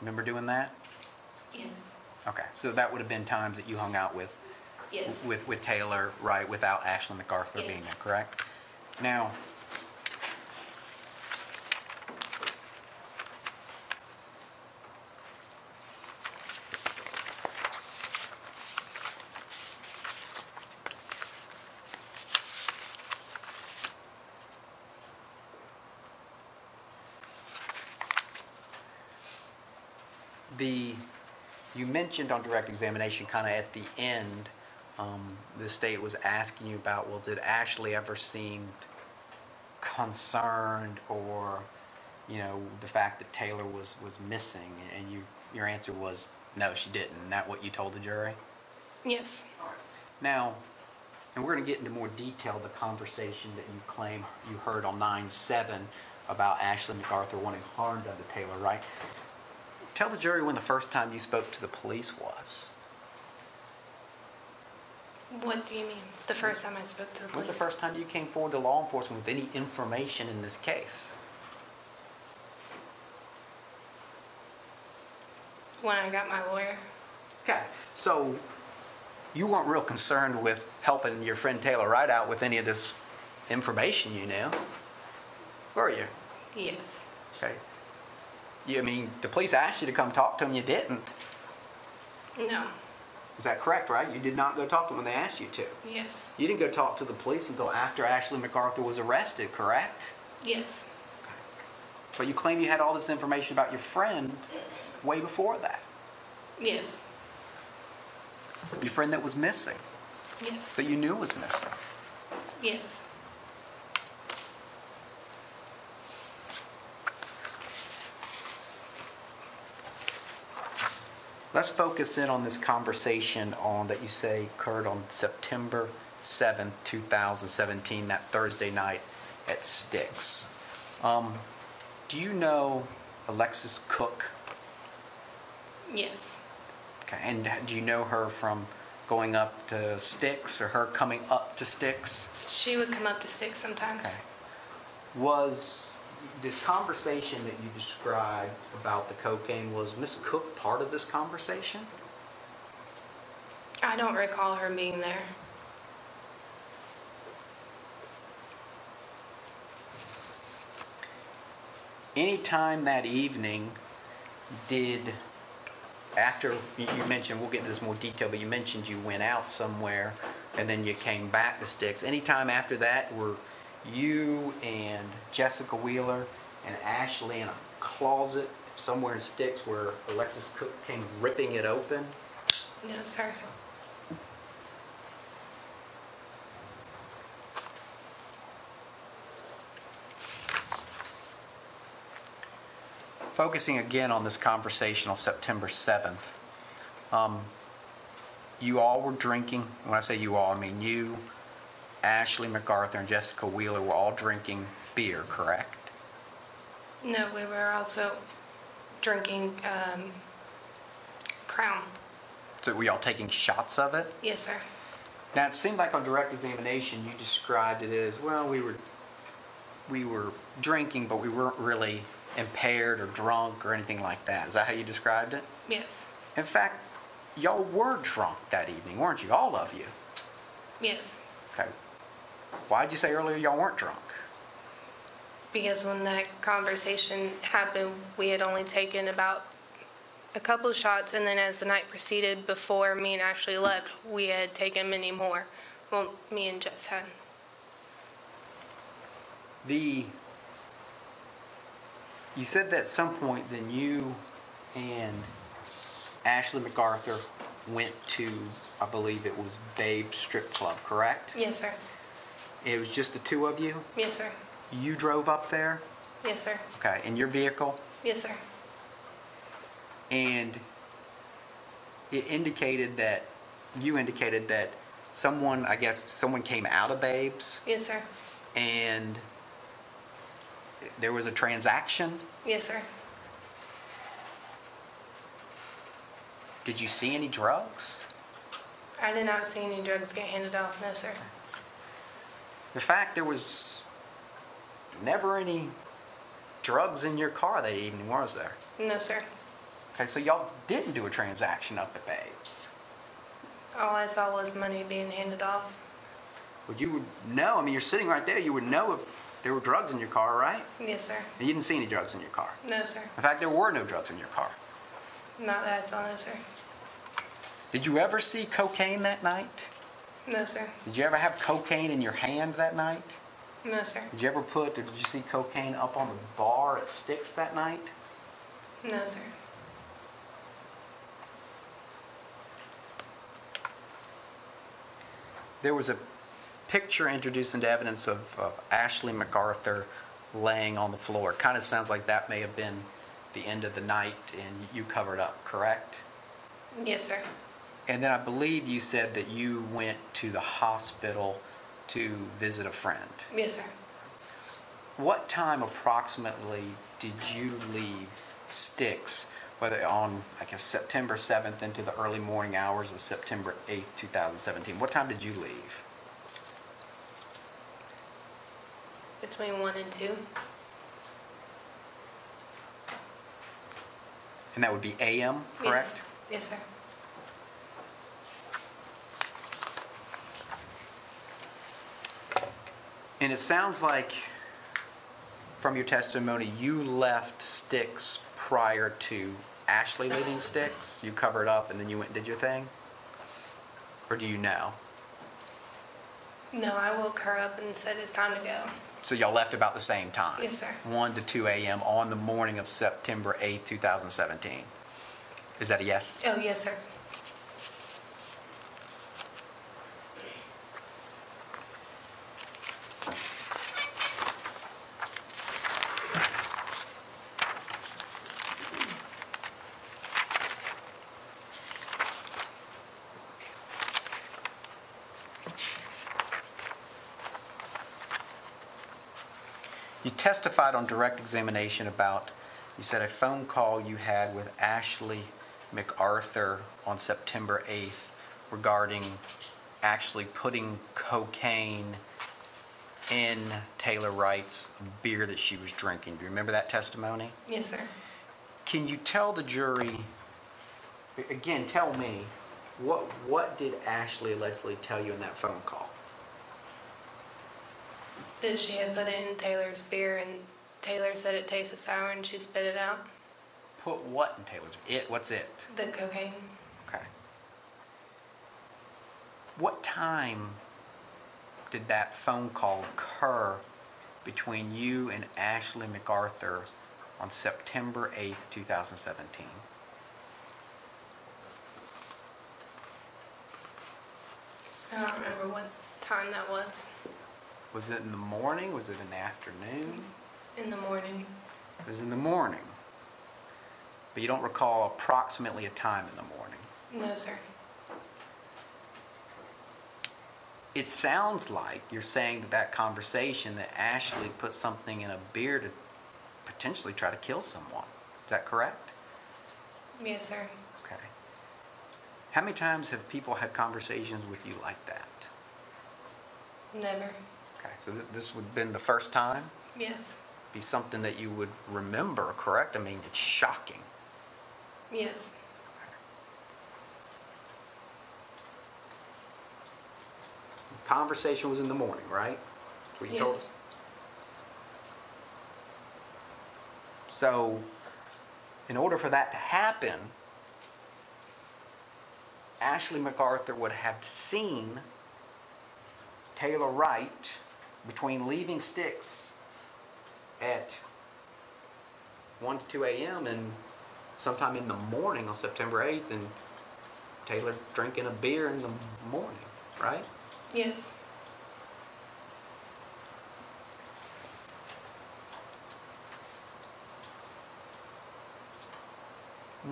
Remember doing that?
Yes.
Okay, so that would have been times that you hung out with
Yes.
with, with Taylor Wright without Ashley MacArthur
Yes.
being there, correct? Now, the, you mentioned on direct examination, kind of at the end, um, the state was asking you about, well, did Ashley ever seem concerned or, you know, the fact that Taylor was, was missing? And you, your answer was, no, she didn't. Isn't that what you told the jury?
Yes.
Now, and we're going to get into more detail the conversation that you claim you heard on 9 7 about Ashley MacArthur wanting harm done to Taylor, right? Tell the jury when the first time you spoke to the police was.
What do you mean? The first time I spoke to the
When's
police?
the first time you came forward to law enforcement with any information in this case?
When I got my lawyer.
Okay, so you weren't real concerned with helping your friend Taylor Wright out with any of this information you knew, were you?
Yes.
Okay. You, I mean, the police asked you to come talk to them, you didn't.
No.
Is that correct, right? You did not go talk to them when they asked you to.
Yes.
You didn't go talk to the police until after Ashley MacArthur was arrested, correct?
Yes.
But you claim you had all this information about your friend way before that,
Yes.
your friend that was missing,
Yes.
that you knew was missing.
Yes.
Let's focus in on this conversation on, that you say occurred on September 7th, 2017, that Thursday night at Styx. Um, do you know Alexis Cook?
Yes.
Okay, and do you know her from going up to Styx or her coming up to Styx?
She would come up to stick sometimes.
Okay. Was this conversation that you described about the cocaine, was Miss Cook part of this conversation?
I don't recall her being there.
Anytime that evening, did, after, you you mentioned, we'll get into this more detail, but you mentioned you went out somewhere and then you came back to Sticks. Anytime after that were you and Jessica Wheeler and Ashley in a closet somewhere in Sticks where Alexis Cook came ripping it open?
No, sir.
Focusing again on this conversation on September 7th, um, you all were drinking. When I say you all, I mean you, Ashley MacArthur, and Jessica Wheeler were all drinking beer, correct?
No, we were also drinking um, Crown.
So were y'all taking shots of it?
Yes, sir.
Now, it seemed like on direct examination, you described it as, well, we were, we were drinking, but we weren't really impaired or drunk or anything like that. Is that how you described it?
Yes.
In fact, y'all were drunk that evening, weren't you? All of you.
Yes.
Okay. Why'd you say earlier y'all weren't drunk?
Because when that conversation happened, we had only taken about a couple shots, and then as the night proceeded, before me and Ashley left, we had taken many more. Well, me and Jess had.
The you said that at some point then you and Ashley MacArthur went to, I believe it was Babe Strip Club, correct?
Yes, sir.
It was just the two of you?
Yes, sir.
You drove up there?
Yes, sir.
Okay, in your vehicle?
Yes, sir.
And it indicated that, you indicated that someone, I guess, someone came out of Babes
Yes, sir.
and there was a transaction?
Yes, sir.
Did you see any drugs?
I did not see any drugs get handed out. No, sir.
In fact, there was never any drugs in your car that evening, was there?
No, sir.
Okay, so y'all didn't do a transaction up at Babes.
All I saw was money being handed off.
Well, you would know, I mean, you're sitting right there, you would know if there were drugs in your car, right?
Yes, sir.
And you didn't see any drugs in your car.
No, sir.
In fact, there were no drugs in your car.
Not that I saw. No, sir.
Did you ever see cocaine that night?
No, sir.
Did you ever have cocaine in your hand that night?
No, sir.
Did you ever put, did you see cocaine up on the bar at Sticks that night?
No, sir.
There was a picture introduced into evidence of, of Ashley MacArthur laying on the floor. Kind of sounds like that may have been the end of the night and you covered up, correct?
Yes, sir.
And then I believe you said that you went to the hospital to visit a friend.
Yes, sir.
What time approximately did you leave Styx, whether on, I guess, September 7th into the early morning hours of September 8th, 2017? What time did you leave?
Between one and two.
And that would be AM, correct?
Yes, yes sir.
And it sounds like, from your testimony, you left Styx prior to Ashley leaving Styx? You covered up and then you went and did your thing? Or do you know?
No, I woke her up and said it's time to go.
So y'all left about the same time?
Yes, sir.
1 to 2 a.m. on the morning of September 8th, 2017. Is that a yes?
Oh, yes, sir.
You testified on direct examination about, you said a phone call you had with Ashley MacArthur on September 8th regarding actually putting cocaine in Taylor Wright's beer that she was drinking. Do you remember that testimony?
Yes, sir.
Can you tell the jury, again, tell me, what, what did Ashley allegedly tell you in that phone call?
That she had put it in Taylor's beer and Taylor said it tasted sour and she spit it out.
Put what in Taylor's? It, what's it?
The cocaine.
Okay. What time did that phone call occur between you and Ashley MacArthur on September 8th, 2017?
I don't remember what time that was
Was it in the morning? Was it in the afternoon?
in the morning.
It was in the morning. But you don't recall approximately a time in the morning.
No, sir.
It sounds like you're saying that that conversation that Ashley put something in a beer to potentially try to kill someone. Is that correct?
Yes, sir.
Okay. How many times have people had conversations with you like that?
Never.
Okay, so th- this would have been the first time?
Yes.
Be something that you would remember, correct? I mean, it's shocking.
Yes.
Conversation was in the morning, right? That's what you told
Yes.
us. So, in order for that to happen, Ashley MacArthur would have seen Taylor Wright between leaving Styx at 1 to 2 a.m. and sometime in the morning on September 8th and Taylor drinking a beer in the morning, right?
Yes.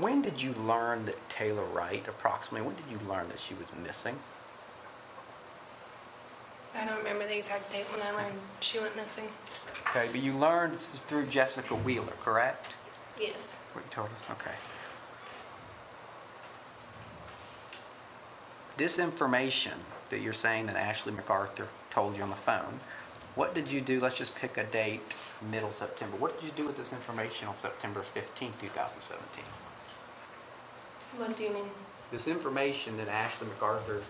When did you learn that Taylor Wright, approximately, when did you learn that she was missing?
I don't remember the exact date when I learned she went missing.
Okay, but you learned this is through Jessica Wheeler, correct?
Yes.
What you told us, okay. This information that you're saying that Ashley MacArthur told you on the phone, what did you do? Let's just pick a date, middle September. What did you do with this information on September 15, 2017?
What do you mean?
This information that Ashley MacArthur,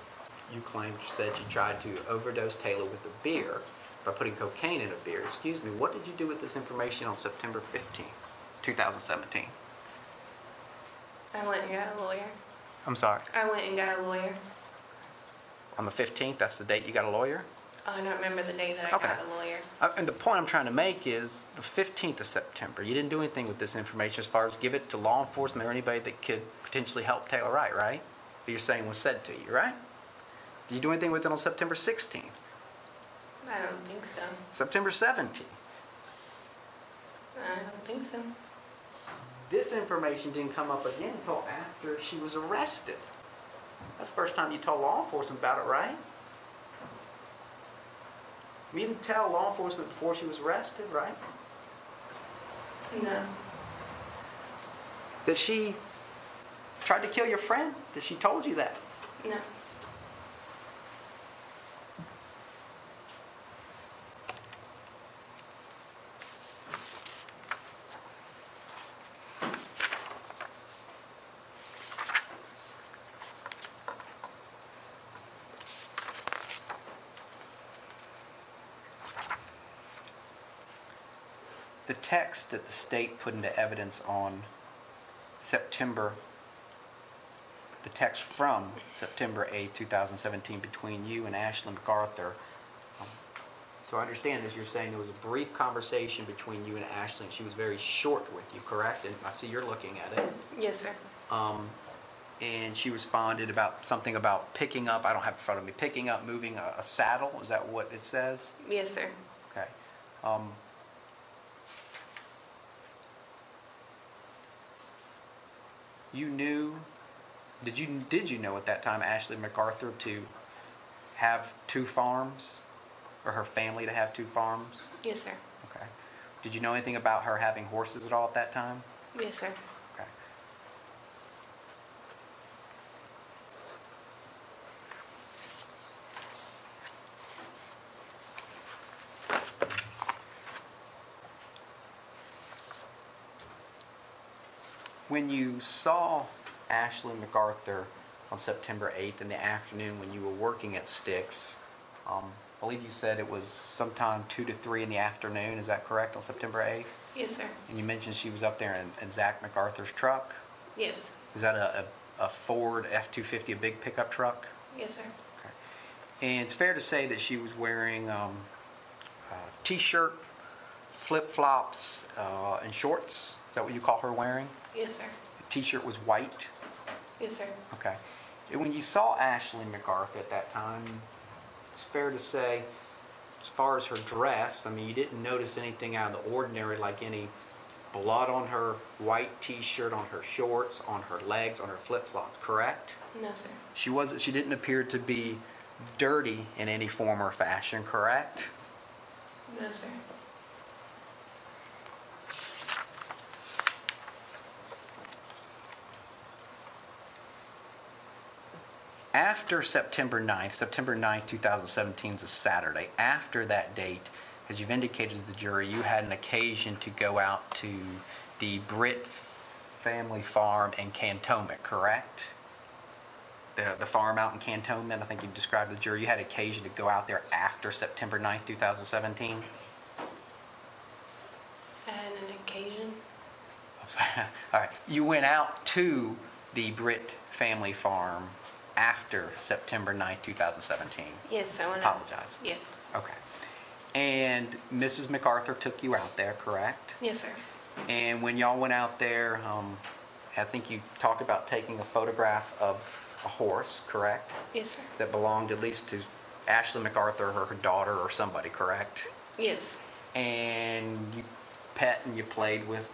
you claimed, said you tried to overdose Taylor with a beer by putting cocaine in a beer. Excuse me, what did you do with this information on September 15, 2017?
I went and got a lawyer.
I'm sorry.
I went and got a lawyer.
On the 15th, that's the date you got a lawyer?
Oh, I don't remember the day that I
Okay.
got a lawyer.
Uh, And the point I'm trying to make is the 15th of September, you didn't do anything with this information as far as give it to law enforcement or anybody that could potentially help Taylor Wright, right? That you're saying was said to you, right? Did you do anything with it on September 16th,
I don't think so.
September 17th?
I don't think so.
This information didn't come up again until after she was arrested. That's the first time you told law enforcement about it, right? You didn't tell law enforcement before she was arrested, right?
No.
That she tried to kill your friend, that she told you that.
No.
The text that the state put into evidence on September, the text from September 8, 2017, between you and Ashlyn MacArthur. um, So I understand this, you're saying there was a brief conversation between you and Ashlyn. She was very short with you, correct? And I see you're looking at it.
Yes, sir.
Um, and she responded about something about picking up, I don't have it in front of me, picking up, moving a, a saddle, is that what it says?
Yes, sir.
Okay. Um, you knew, did you, did you know at that time Ashley MacArthur to have two farms? Or her family to have two farms?
Yes, sir.
Okay. Did you know anything about her having horses at all at that time?
Yes, sir.
Okay. When you saw Ashley MacArthur on September 8th in the afternoon when you were working at Sticks, um, I believe you said it was sometime 2 to 3 in the afternoon, is that correct, on September 8th?
Yes, sir.
And you mentioned she was up there in, in Zach MacArthur's truck.
Yes.
Is that a, a, a Ford F 250, a big pickup truck?
Yes, sir.
And it's fair to say that she was wearing um, a t shirt, flip flops, uh, and shorts. Is that what you call her wearing?
Yes, sir.
The t shirt was white.
Yes, sir.
Okay. And when you saw Ashley MacArthur at that time, it's fair to say, as far as her dress, I mean, you didn't notice anything out of the ordinary, like any blood on her white T-shirt, on her shorts, on her legs, on her flip-flops. Correct?
No, sir.
She was. She didn't appear to be dirty in any form or fashion. Correct?
No, sir.
After September 9th, September 9th, 2017 is a Saturday. After that date, as you've indicated to the jury, you had an occasion to go out to the Britt family farm in Cantonment, correct? The, the farm out in Cantonment, I think you've described to the jury. You had occasion to go out there after September 9th, 2017?
I had an occasion.
I'm sorry. All right. You went out to the Britt family farm after September 9th, 2017?
Yes, I went out.
Apologize.
Yes.
Okay. And Mrs. MacArthur took you out there, correct?
Yes, sir.
And when y'all went out there, um, I think you talked about taking a photograph of a horse, correct?
Yes, sir.
That belonged at least to Ashley MacArthur or her daughter or somebody, correct?
Yes.
And you pet and you played with,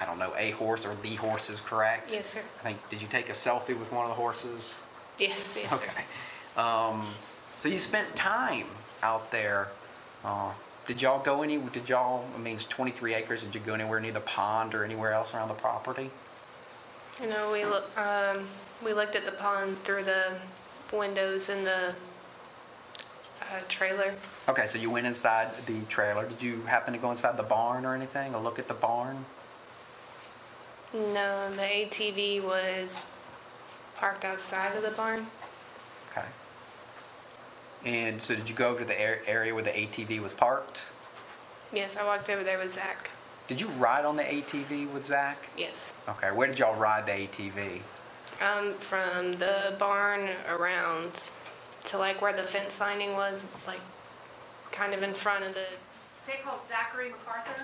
I don't know, a horse or the horses, correct?
Yes, sir.
I think, did you take a selfie with one of the horses?
Yes, yes, sir.
Okay. Um, so you spent time out there. Uh, did y'all go any, did y'all, I mean, it's 23 acres, did you go anywhere near the pond or anywhere else around the property?
You know, we look, um, we looked at the pond through the windows in the uh, trailer.
Okay, so you went inside the trailer. Did you happen to go inside the barn or anything or look at the barn?
No, the ATV was parked outside of the barn.
Okay. And so did you go to the ar- area where the ATV was parked?
Yes, I walked over there with Zach.
Did you ride on the ATV with Zach?
Yes.
Okay, where did y'all ride the ATV?
Um, from the barn around to like where the fence lining was, like kind of in front of the.
Say called Zachary MacArthur.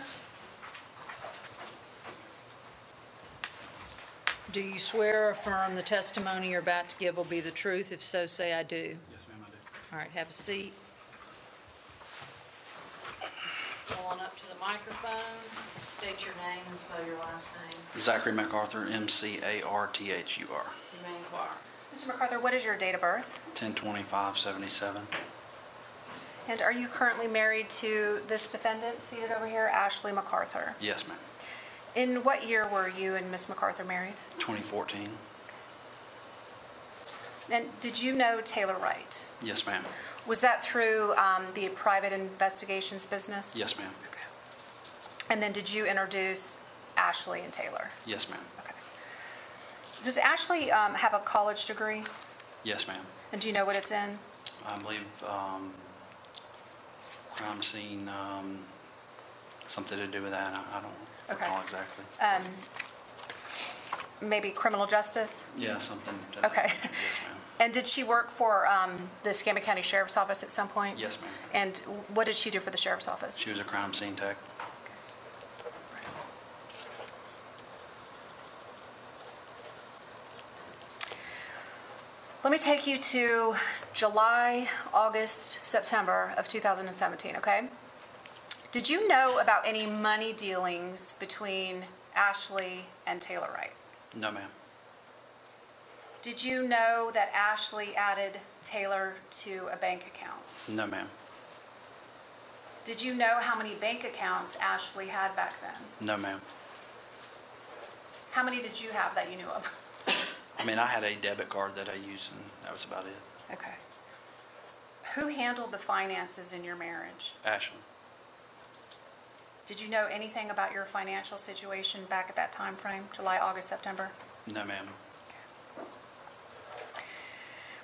Do you swear or affirm the testimony you're about to give will be the truth? If so, say I do.
Yes, ma'am, I do.
All right, have a seat. Go on up to the microphone, state your name and spell your last name.
Zachary MacArthur, M-C-A-R-T-H-U-R,
Remain quiet.
Mr. MacArthur, what is your date of birth?
102577.
And are you currently married to this defendant seated over here, Ashley MacArthur?
Yes, ma'am.
In what year were you and Miss MacArthur married?
2014.
And did you know Taylor Wright?
Yes, ma'am.
Was that through um, the private investigations business?
Yes, ma'am.
And then did you introduce Ashley and Taylor?
Yes, ma'am.
Does Ashley um, have a college degree?
Yes, ma'am.
And do you know what it's in?
I believe um, crime scene, um, something to do with that. I I don't
Okay.
recall exactly.
Um, maybe criminal justice?
Yeah, something. to-
Okay.
Yes, ma'am.
And did she work for um, the Escambia County Sheriff's Office at some point?
Yes, ma'am.
And what did she do for the Sheriff's Office?
She was a crime scene tech.
Let me take you to July, August, September of 2017, okay? Did you know about any money dealings between Ashley and Taylor Wright?
No, ma'am.
Did you know that Ashley added Taylor to a bank account?
No, ma'am.
Did you know how many bank accounts Ashley had back then?
No, ma'am.
How many did you have that you knew of?
I mean, I had a debit card that I used, and that was about it.
Okay. Who handled the finances in your marriage?
Ashley,
Did you know anything about your financial situation back at that time frame, July, August, September?
no, ma'am.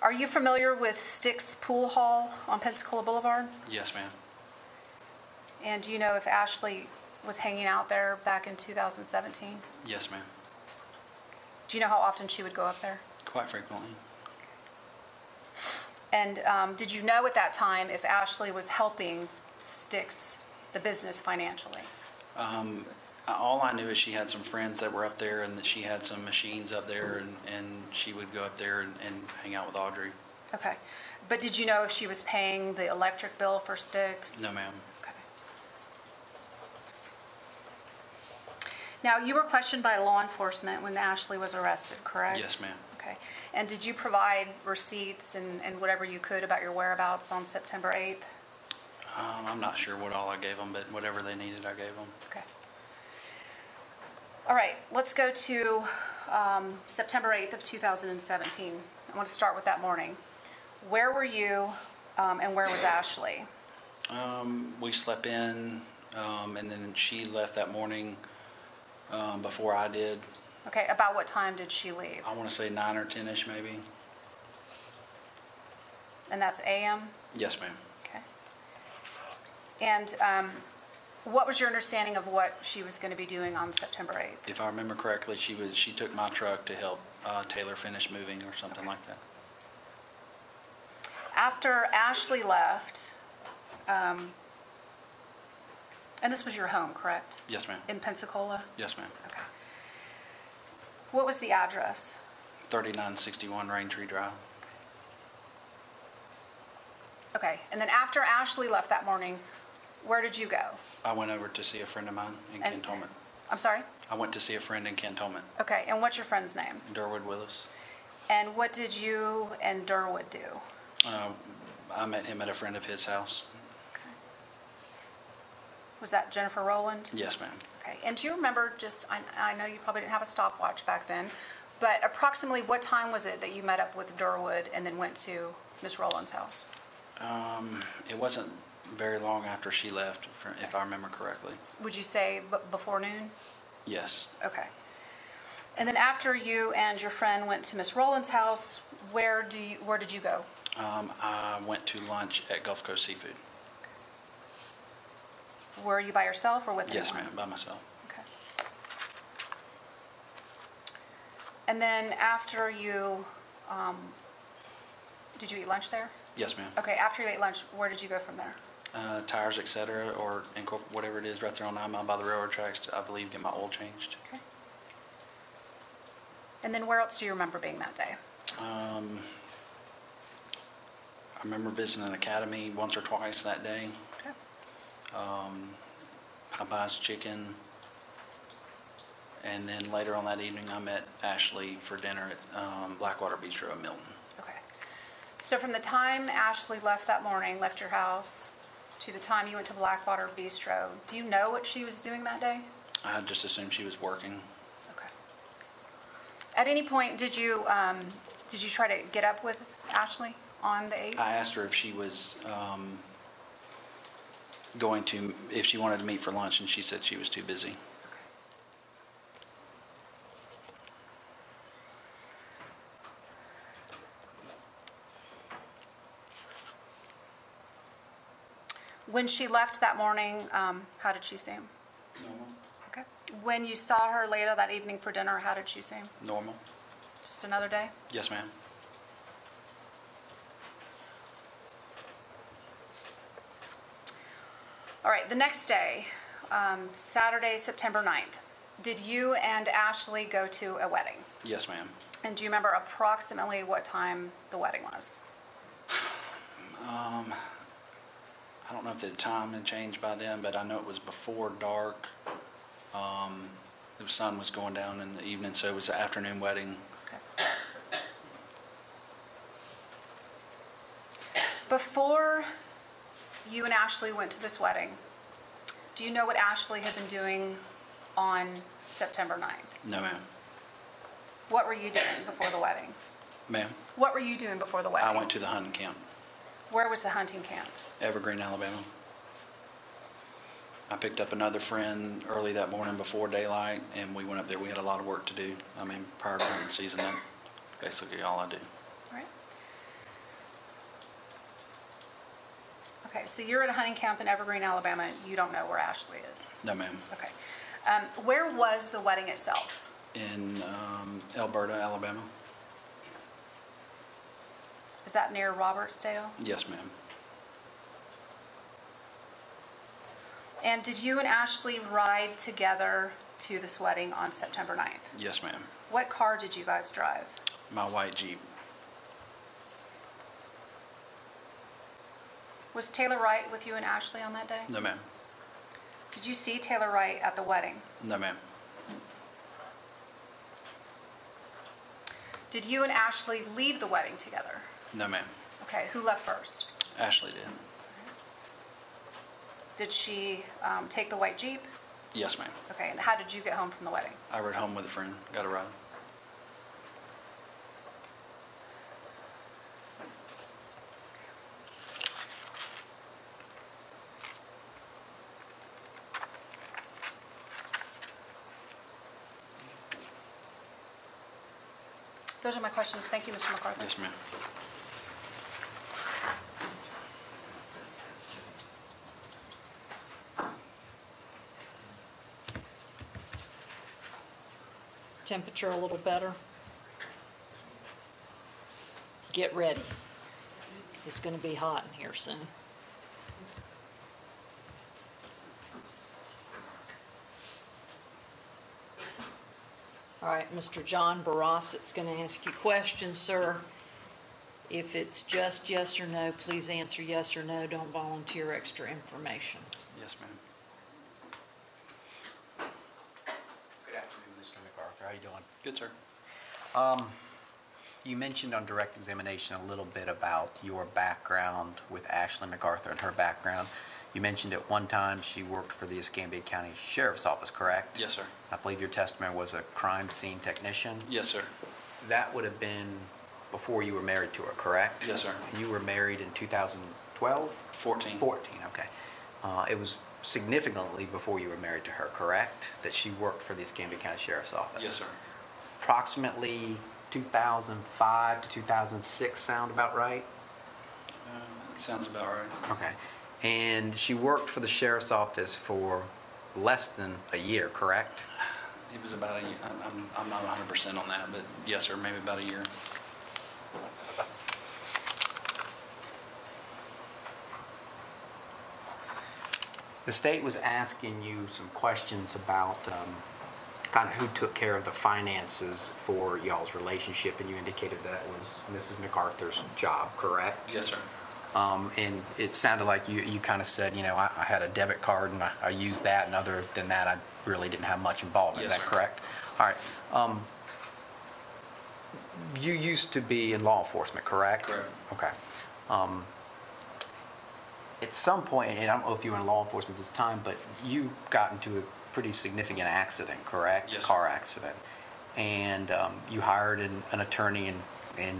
Are you familiar with Sticks Pool Hall on Pensacola Boulevard?
Yes, ma'am.
And do you know if Ashley was hanging out there back in 2017?
Yes, ma'am.
Do you know how often she would go up there?
Quite frequently.
And um, did you know at that time if Ashley was helping Sticks, the business, financially?
Um, I- all I knew is she had some friends that were up there and that she had some machines up there and, and she would go up there and, and hang out with Audrey.
Okay. But did you know if she was paying the electric bill for Sticks?
No, ma'am.
Now, you were questioned by law enforcement when Ashley was arrested, correct?
Yes, ma'am.
Okay. And did you provide receipts and, and whatever you could about your whereabouts on September 8th?
Um, I'm not sure what all I gave them, but whatever they needed, I gave them.
Okay. All right, let's go to um, September 8th of 2017. I want to start with that morning. Where were you um, and where was Ashley?
Um, we slept in, um, and then she left that morning, um, before I did.
Okay, about what time did she leave?
I want to say nine or ten-ish maybe.
And that's AM?
Yes, ma'am.
Okay. And um, what was your understanding of what she was going to be doing on September 8th?
If I remember correctly, she was, she took my truck to help, uh, Taylor finish moving or something like that.
After Ashley left, um, and this was your home, correct?
Yes, ma'am.
In Pensacola?
Yes, ma'am.
What was the address?
3961 Rain Tree Drive.
Okay, and then after Ashley left that morning, where did you go?
I went over to see a friend of mine in
And-
Cantonment.
I'm sorry?
I went to see a friend in Cantonment,
Okay, and what's your friend's name?
Durwood Willis.
And what did you and Durwood do?
Uh, I met him at a friend of his house.
Was that Jennifer Rowland?
Yes, ma'am.
Okay, and do you remember just, I, I know you probably didn't have a stopwatch back then, but approximately what time was it that you met up with Durwood and then went to Miss Rowland's house?
Um, It wasn't very long after she left, if- if I remember correctly.
Would you say b- before noon?
Yes.
Okay. And then after you and your friend went to Miss Rowland's house, where do you, where did you go?
Um, I went to lunch at Gulf Coast Seafood.
Were you by yourself or with anyone?
Yes, ma'am, by myself.
And then after you, um, did you eat lunch there?
Yes, ma'am.
Okay, after you ate lunch, where did you go from there?
Uh, Tires, et cetera, or incorp- whatever it is right there on nine mile by the railroad tracks to, I believe, get my oil changed.
And then where else do you remember being that day?
Um, I remember visiting an academy once or twice that day. Um, Popeye's Chicken. And then later on that evening, I met Ashley for dinner at um, Blackwater Bistro in Milton.
So from the time Ashley left that morning, left your house, to the time you went to Blackwater Bistro, do you know what she was doing that day?
I just assumed she was working.
At any point, did you, um, did you try to get up with Ashley on the 8th?
I asked her if she was um, going to, if she wanted to meet for lunch, and she said she was too busy.
When she left that morning, um, how did she seem? Okay. When you saw her later that evening for dinner, how did she seem?
Normal?
Just another day?
Yes, ma'am.
All right, the next day, um, Saturday, September 9th, did you and Ashley go to a wedding?
Yes, ma'am.
And do you remember approximately what time the wedding was?
Um, I don't know if the time had changed by then, but I know it was before dark. Um, the sun was going down in the evening, so it was an afternoon wedding.
Before you and Ashley went to this wedding, do you know what Ashley had been doing on September 9th?
No, ma'am.
What were you doing before the wedding?
Ma'am,
What were you doing before the wedding?
I went to the hunting camp,
Where was the hunting camp?
Evergreen, Alabama. I picked up another friend early that morning before daylight, and we went up there. We had a lot of work to do. I mean, prior to hunting season, that's basically all I do.
All right. Okay, so you're at a hunting camp in Evergreen, Alabama. and You don't know where Ashley is.
No, ma'am.
Okay. Um, where was the wedding itself?
In um, Alberta, Alabama.
Is that near Robertsdale?
Yes, ma'am.
And did you and Ashley ride together to this wedding on September 9th?
Yes, ma'am.
What car did you guys drive?
My white Jeep.
Was Taylor Wright with you and Ashley on that day?
No, ma'am.
Did you see Taylor Wright at the wedding?
No, ma'am.
Did you and Ashley leave the wedding together?
No, ma'am.
Okay, who left first?
Ashley did.
Did she um, take the white Jeep?
Yes, ma'am.
Okay, and how did you get home from the wedding?
I rode home with a friend. Got a ride.
Those are my questions. Thank you, Mr. McCarthy.
Yes, ma'am.
Temperature a little better. Get ready. It's going to be hot in here soon. All right, Mr. John Barosset's going to ask you questions, sir. If it's just yes or no, please answer yes or no. Don't volunteer extra information.
Yes, ma'am.
Good afternoon, Mr. MacArthur. How you doing?
Good, sir.
Um, You mentioned on direct examination a little bit about your background with Ashley MacArthur and her background. You mentioned at one time she worked for the Escambia County Sheriff's Office, correct?
Yes, sir.
I believe your testimony was a crime scene technician.
Yes, sir.
That would have been before you were married to her, correct?
Yes, sir.
You were married in 2012?
14.
14, okay. Uh, It was significantly before you were married to her, correct? That she worked for the Escambia County Sheriff's Office?
Yes, sir.
approximately 2005 to 2006 sound about right?
Uh, That sounds about right.
Okay. And she worked for the sheriff's office for less than a year, correct?
It was about a year, I'm- I'm, I'm not 100% on that, but yes, sir, maybe about a year.
The state was asking you some questions about um, kind of who took care of the finances for y'all's relationship, and you indicated that was Mrs. MacArthur's job, correct?
Yes, sir.
Um, and it sounded like you, you kind of said, you know, I, I had a debit card and I, I used that, and other than that, I really didn't have much involvement. Is
Yes,
that
sir.
correct? All right. Um, you used to be in law enforcement, correct?
Correct.
Okay. Um, at some point, and I don't know if you were in law enforcement at this time, but you got into a pretty significant accident, correct?
Yes, sir.
Car accident. And um, you hired an, an attorney and, and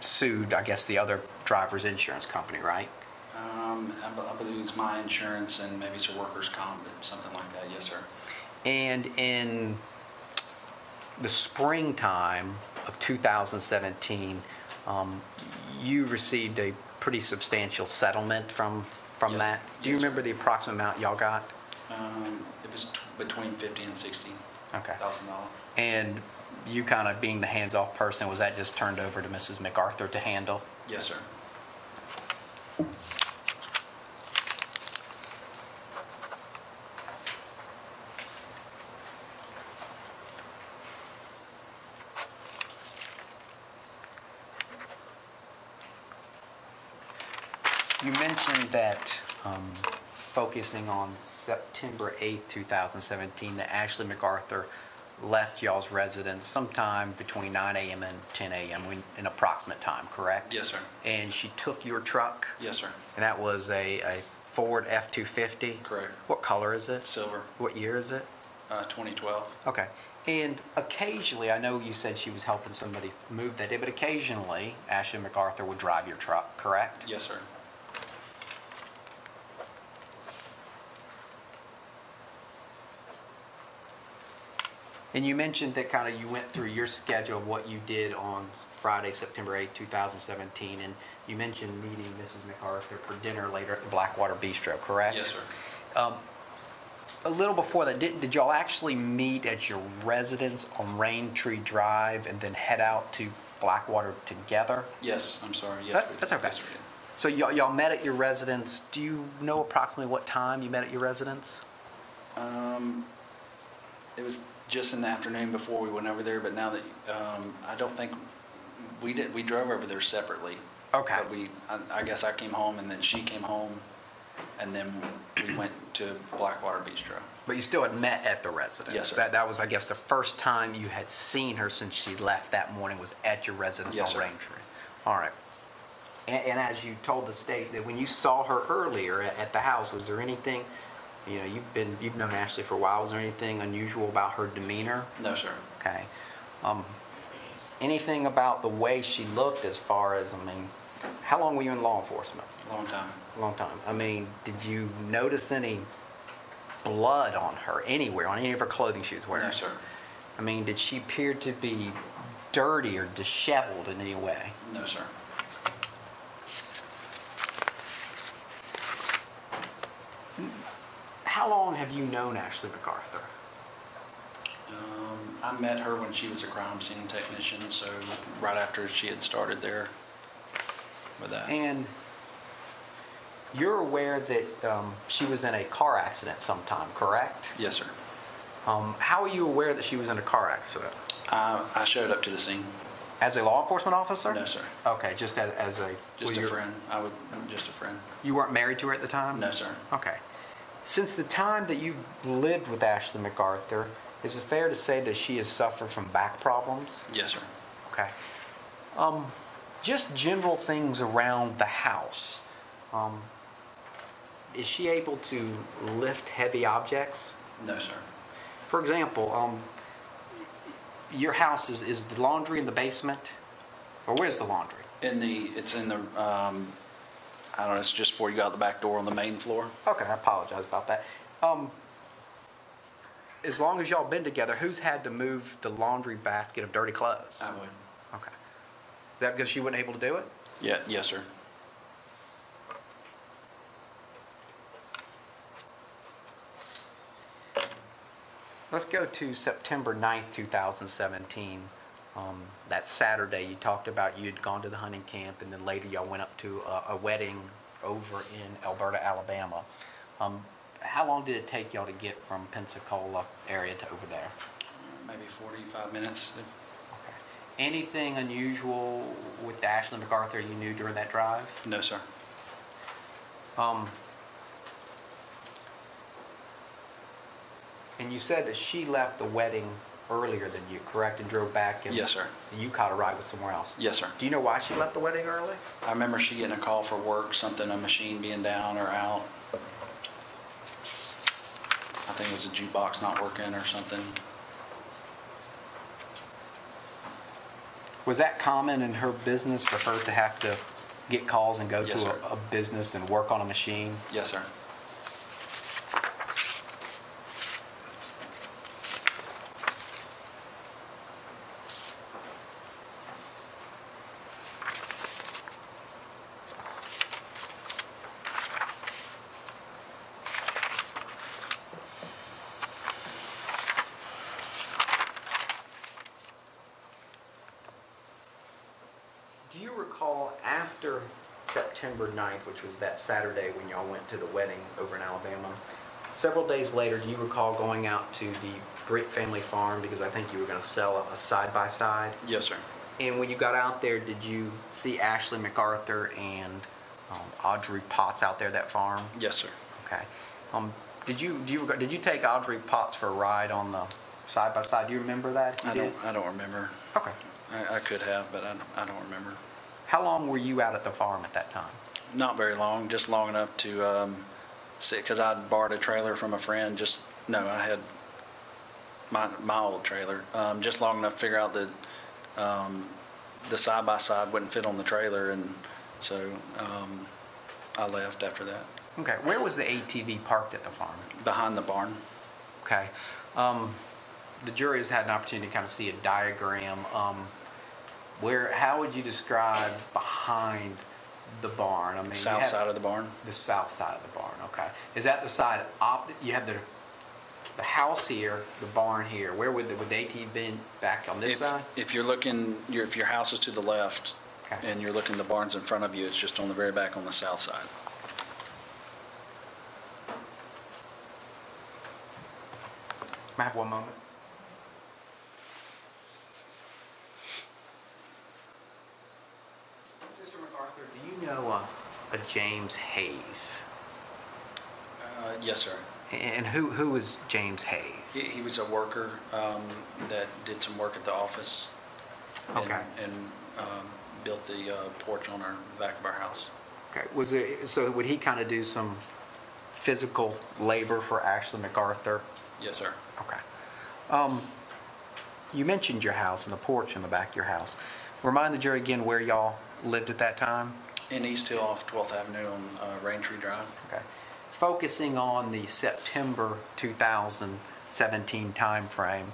sued, I guess, the other driver's insurance company, right?
Um, I be- I believe it's my insurance and maybe some workers' comp, but something like that, yes, sir.
And in the springtime of 2017, um, you received a pretty substantial settlement from, from
Yes.
that. Do you
Yes, sir.
remember the approximate amount y'all got?
Um, It was t- between 50 and 60
Okay.
thousand dollars.
And you kind of being the hands-off person, was that just turned over to Mrs. MacArthur to handle?
Yes, sir.
You mentioned that um, focusing on September 8th, 2017, that Ashley MacArthur left y'all's residence sometime between 9 a.m. and 10 a.m., when- an approximate time, correct?
Yes, sir.
And she took your truck,
Yes, sir.
and that was a a Ford F-250?
Correct.
What color is it?
Silver,
What year is it?
uh, 2012.
Okay. And occasionally, I know you said she was helping somebody move that day, but occasionally Ashley MacArthur would drive your truck, correct?
Yes, sir.
And you mentioned that kind of you went through your schedule of what you did on Friday, September 8, 2017, and you mentioned meeting Mrs. MacArthur for dinner later at the Blackwater Bistro, correct?
Yes, sir.
Um, a little before that, did, did y'all actually meet at your residence on Rain Tree Drive and then head out to Blackwater together?
Yes, I'm sorry, yes.
That-
we
That's
did.
okay.
Yes, we did.
So y'all, y'all met at your residence. Do you know approximately what time you met at your residence?
Um, it was just in the afternoon before we went over there, but now that, um, I don't think, we did, we drove over there separately.
Okay.
But we, I, I guess I came home and then she came home and then we went to Blackwater Bistro.
But you still had met at the residence.
Yes, sir.
That, that was, I guess, the first time you had seen her since she left that morning was at your residence
Yes,
on
sir.
Rain Tree. All right. And, and as you told the state that when you saw her earlier at, at the house, was there anything, you know, you've been, you've known Ashley for a while, was there anything unusual about her demeanor?
No, sir.
Okay. Um, anything about the way she looked as far as, I mean, how long were you in law enforcement?
Long time.
A long time. I mean, did you notice any blood on her anywhere, on any of her clothing she was wearing?
No, sir.
I mean, did she appear to be dirty or disheveled in any way?
No, sir.
How long have you known Ashley MacArthur?
Um, I met her when she was a crime scene technician, so right after she had started there with that.
And you're aware that um, she was in a car accident sometime, correct?
Yes, sir.
Um, How are you aware that she was in a car accident?
I I showed up to the scene.
As a law enforcement officer?
No, sir.
Okay, just as, as a...
Just
were
a
you-
friend. I would, just a friend.
You weren't married to her at the time?
No, sir.
Okay. Since the time that you lived with Ashley MacArthur, is it fair to say that she has suffered from back problems?
Yes, sir.
Okay. Um, just general things around the house. Um, is she able to lift heavy objects?
No, sir.
For example, um, your house is, is the laundry in the basement? Or where's the laundry?
In the, it's in the, um, I don't know, it's just before you go out the back door on the main floor.
Okay, I apologize about that. Um, as long as y'all been together, who's had to move the laundry basket of dirty clothes?
I would.
Okay. Is that because she wasn't able to do it?
Yeah, yes, sir.
Let's go to September 9th, 2017. Um, That Saturday, you talked about you had gone to the hunting camp, and then later y'all went up to a- a wedding over in Alberta, Alabama. Um, How long did it take y'all to get from Pensacola area to over there?
Maybe 45 minutes.
Anything unusual with Ashley MacArthur you knew during that drive?
No, sir.
Um, And you said that she left the wedding earlier than you, correct, and drove back? and-
Yes, sir.
And you caught a ride with somewhere else?
Yes, sir.
Do you know why she left the wedding early?
I remember she getting a call for work, something, a machine being down or out. I think it was a jukebox not working or something.
Was that common in her business for her to have to get calls and go
Yes,
to
sir.
a- a business and work on a machine?
Yes, sir.
Do you recall after September 9th, which was that Saturday when y'all went to the wedding over in Alabama, several days later, do you recall going out to the Britt family farm because I think you were going to sell a side by side?
Yes, sir.
And when you got out there, did you see Ashley MacArthur and um, Audrey Potts out there at that farm?
Yes, sir.
Okay. Um, did you do you reg- did you take Audrey Potts for a ride on the side by side? Do you remember that? You
I
did?
don't, I don't remember.
Okay.
I, I could have, but I, I don't remember.
How long were you out at the farm at that time?
Not very long, just long enough to um, see, because I'd borrowed a trailer from a friend, just, no, I had my, my old trailer, um, just long enough to figure out that um, the side by side wouldn't fit on the trailer, and so um, I left after that,
Okay. Where was the ATV parked at the farm?
behind the barn.
Okay. Um, the jury has had an opportunity to kind of see a diagram. Um, where, how would you describe behind the barn? I mean, you
South
have-
side of the barn.
The south side of the barn. Okay. Is that the side op? You have the the house here, the barn here. Where would the would the ATV been back on this
If-
side?
If you're looking, your- if your house is to the left, and you're looking, the barn's in front of you, it's just on the very back on the south side.
May I have one moment? Mr. MacArthur, do you know uh, a James Hayes?
Uh, Yes, sir.
And who who is James Hayes?
He he was a worker um, that did some work at the office. and-
Okay.
And um, built the uh, porch on our, back of our house.
Okay, was it, so would he kind of do some physical labor for Ashley MacArthur?
Yes, sir.
Okay. Um, you mentioned your house and the porch in the back of your house. Remind the jury again where y'all lived at that time?
In East Hill off 12th Avenue on uh, Rain Tree Drive.
Okay. Focusing on the September 2017 timeframe,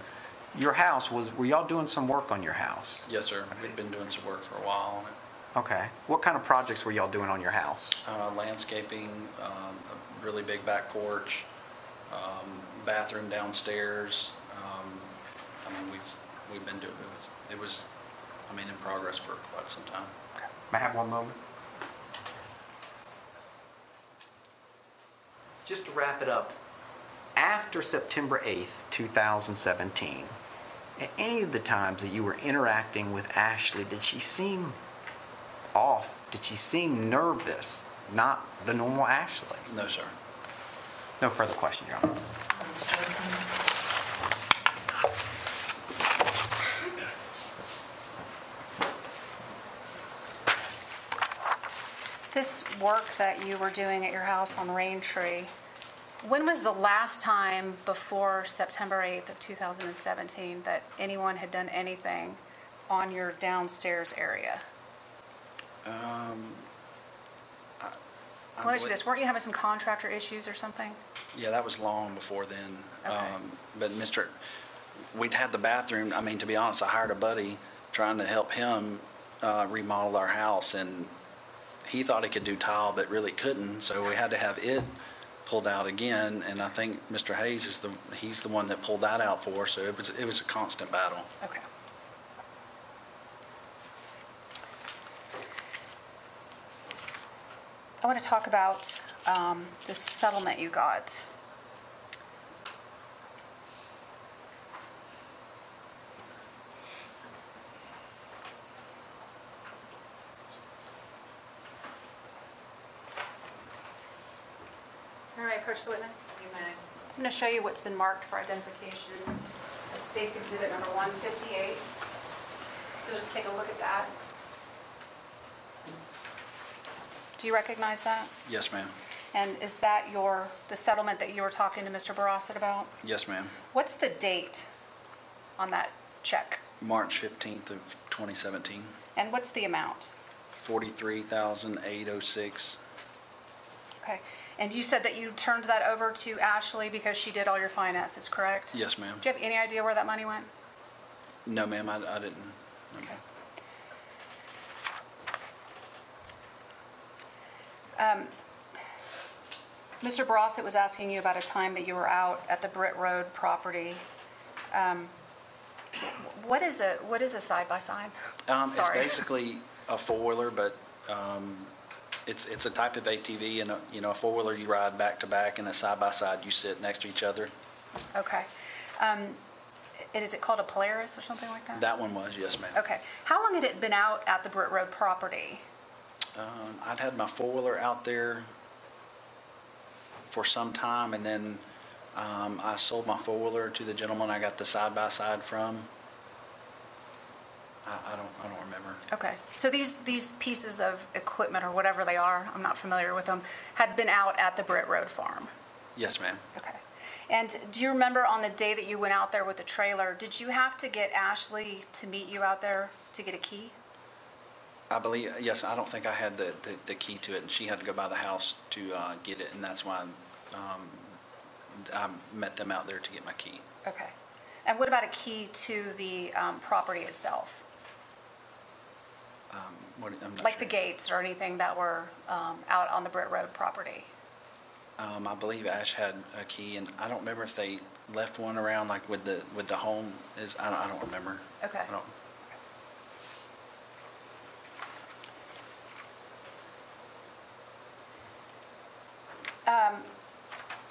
your house was, were y'all doing some work on your house?
Yes, sir. We've been doing some work for a while on it.
Okay. What kind of projects were y'all doing on your house?
Uh, Landscaping, um, a really big back porch, um, bathroom downstairs. Um, I mean, we've, we've been doing, it was, it was, I mean, in progress for quite some time.
May I have one moment? Just to wrap it up, after September 8th, 2017, at any of the times that you were interacting with Ashley, did she seem off? Did she seem nervous? Not the normal Ashley?
No, sir.
No further question, Your Honor.
Ms. Johnson?
This work that you were doing at your house on Rain Tree, when was the last time before September 8th of 2017 that anyone had done anything on your downstairs area?
Um,
Let me
I
ask you
believe-
this, weren't you having some contractor issues or something?
Yeah, that was long before then.
Okay.
Um, But Mr., we'd had the bathroom, I mean, to be honest, I hired a buddy trying to help him uh, remodel our house, and he thought he could do tile, but really couldn't, so we had to have it pulled out again, and I think Mr. Hayes is the, he's the one that pulled that out for, us. so it was, it was a constant battle.
Okay. I want to talk about um, the settlement you got.
All right, approach the witness. You may.
I'm going to show you what's been marked for
Identification, Estates Exhibit Number 158. You'll just take a look at that.
Do you recognize that?
Yes, ma'am.
And is that your, the settlement that you were talking to Mr. Barossett about?
Yes, ma'am.
What's the date on that check?
March 15th of 2017,
And what's the amount?
43,806.
Okay. And you said that you turned that over to Ashley because she did all your finances, correct?
Yes, ma'am.
Do you have any idea where that money went?
No, ma'am, I I didn't.
Um, Mr. Barossett was asking you about a time that you were out at the Britt Road property. Um, What is a, what is a side-by-side?
Um, it's
Sorry.
basically a four-wheeler, but, um, it's, it's a type of ATV and, a- you know, a four-wheeler you ride back to back and a side-by-side you sit next to each other.
Uh-huh. Okay. Um, And is it called a Polaris or something like that?
That one was, yes, ma'am.
Okay. How long had it been out at the Britt Road property?
Um, I'd had my four-wheeler out there for some time and then, um, I sold my four-wheeler to the gentleman I got the side-by-side from. I, I don't, I don't remember.
Okay. So these, these pieces of equipment or whatever they are, I'm not familiar with them, had been out at the Britt Road farm?
Yes, ma'am.
Okay. And do you remember on the day that you went out there with the trailer, did you have to get Ashley to meet you out there to get a key?
I believe, yes, I don't think I had the, the, the key to it, and she had to go by the house to uh, get it, and that's why um, I met them out there to get my key.
Okay. And what about a key to the um, property itself?
Um, what, I'm not
Like
sure.
the gates or anything that were um, out on the Britt Road property?
Um, I believe Ash had a key, and I don't remember if they left one around, like with the with the home. Is I don't, I don't remember.
Okay.
I don't.
Um,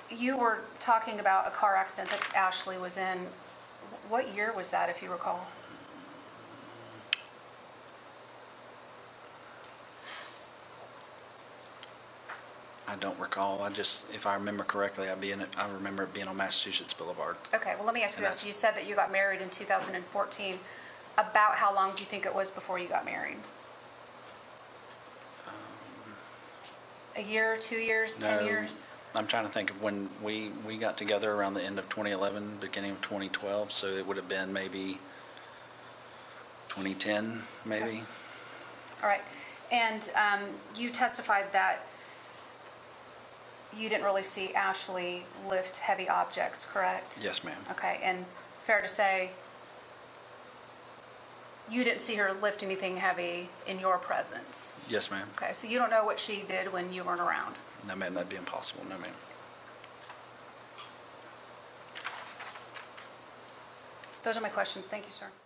You were talking about a car accident that Ashley was in. What year was that, if you recall?
I don't recall. I just, if I remember correctly, I being I remember it being on Massachusetts Boulevard.
Okay, well, let me ask you
And
this.
that's-
You said that you got married in 2014. About how long do you think it was before you got married? A year, two years, 10
No,
years?
I'm trying to think of when we, we got together around the end of 2011, beginning of 2012, so it would have been maybe 2010, maybe.
All right. And um, you testified that you didn't really see Ashley lift heavy objects, correct?
Yes, ma'am.
Okay, and fair to say, you didn't see her lift anything heavy in your presence?
Yes, ma'am.
Okay, so you don't know what she did when you weren't around?
No, ma'am, that'd be impossible. No, ma'am.
Those are my questions. Thank you, sir.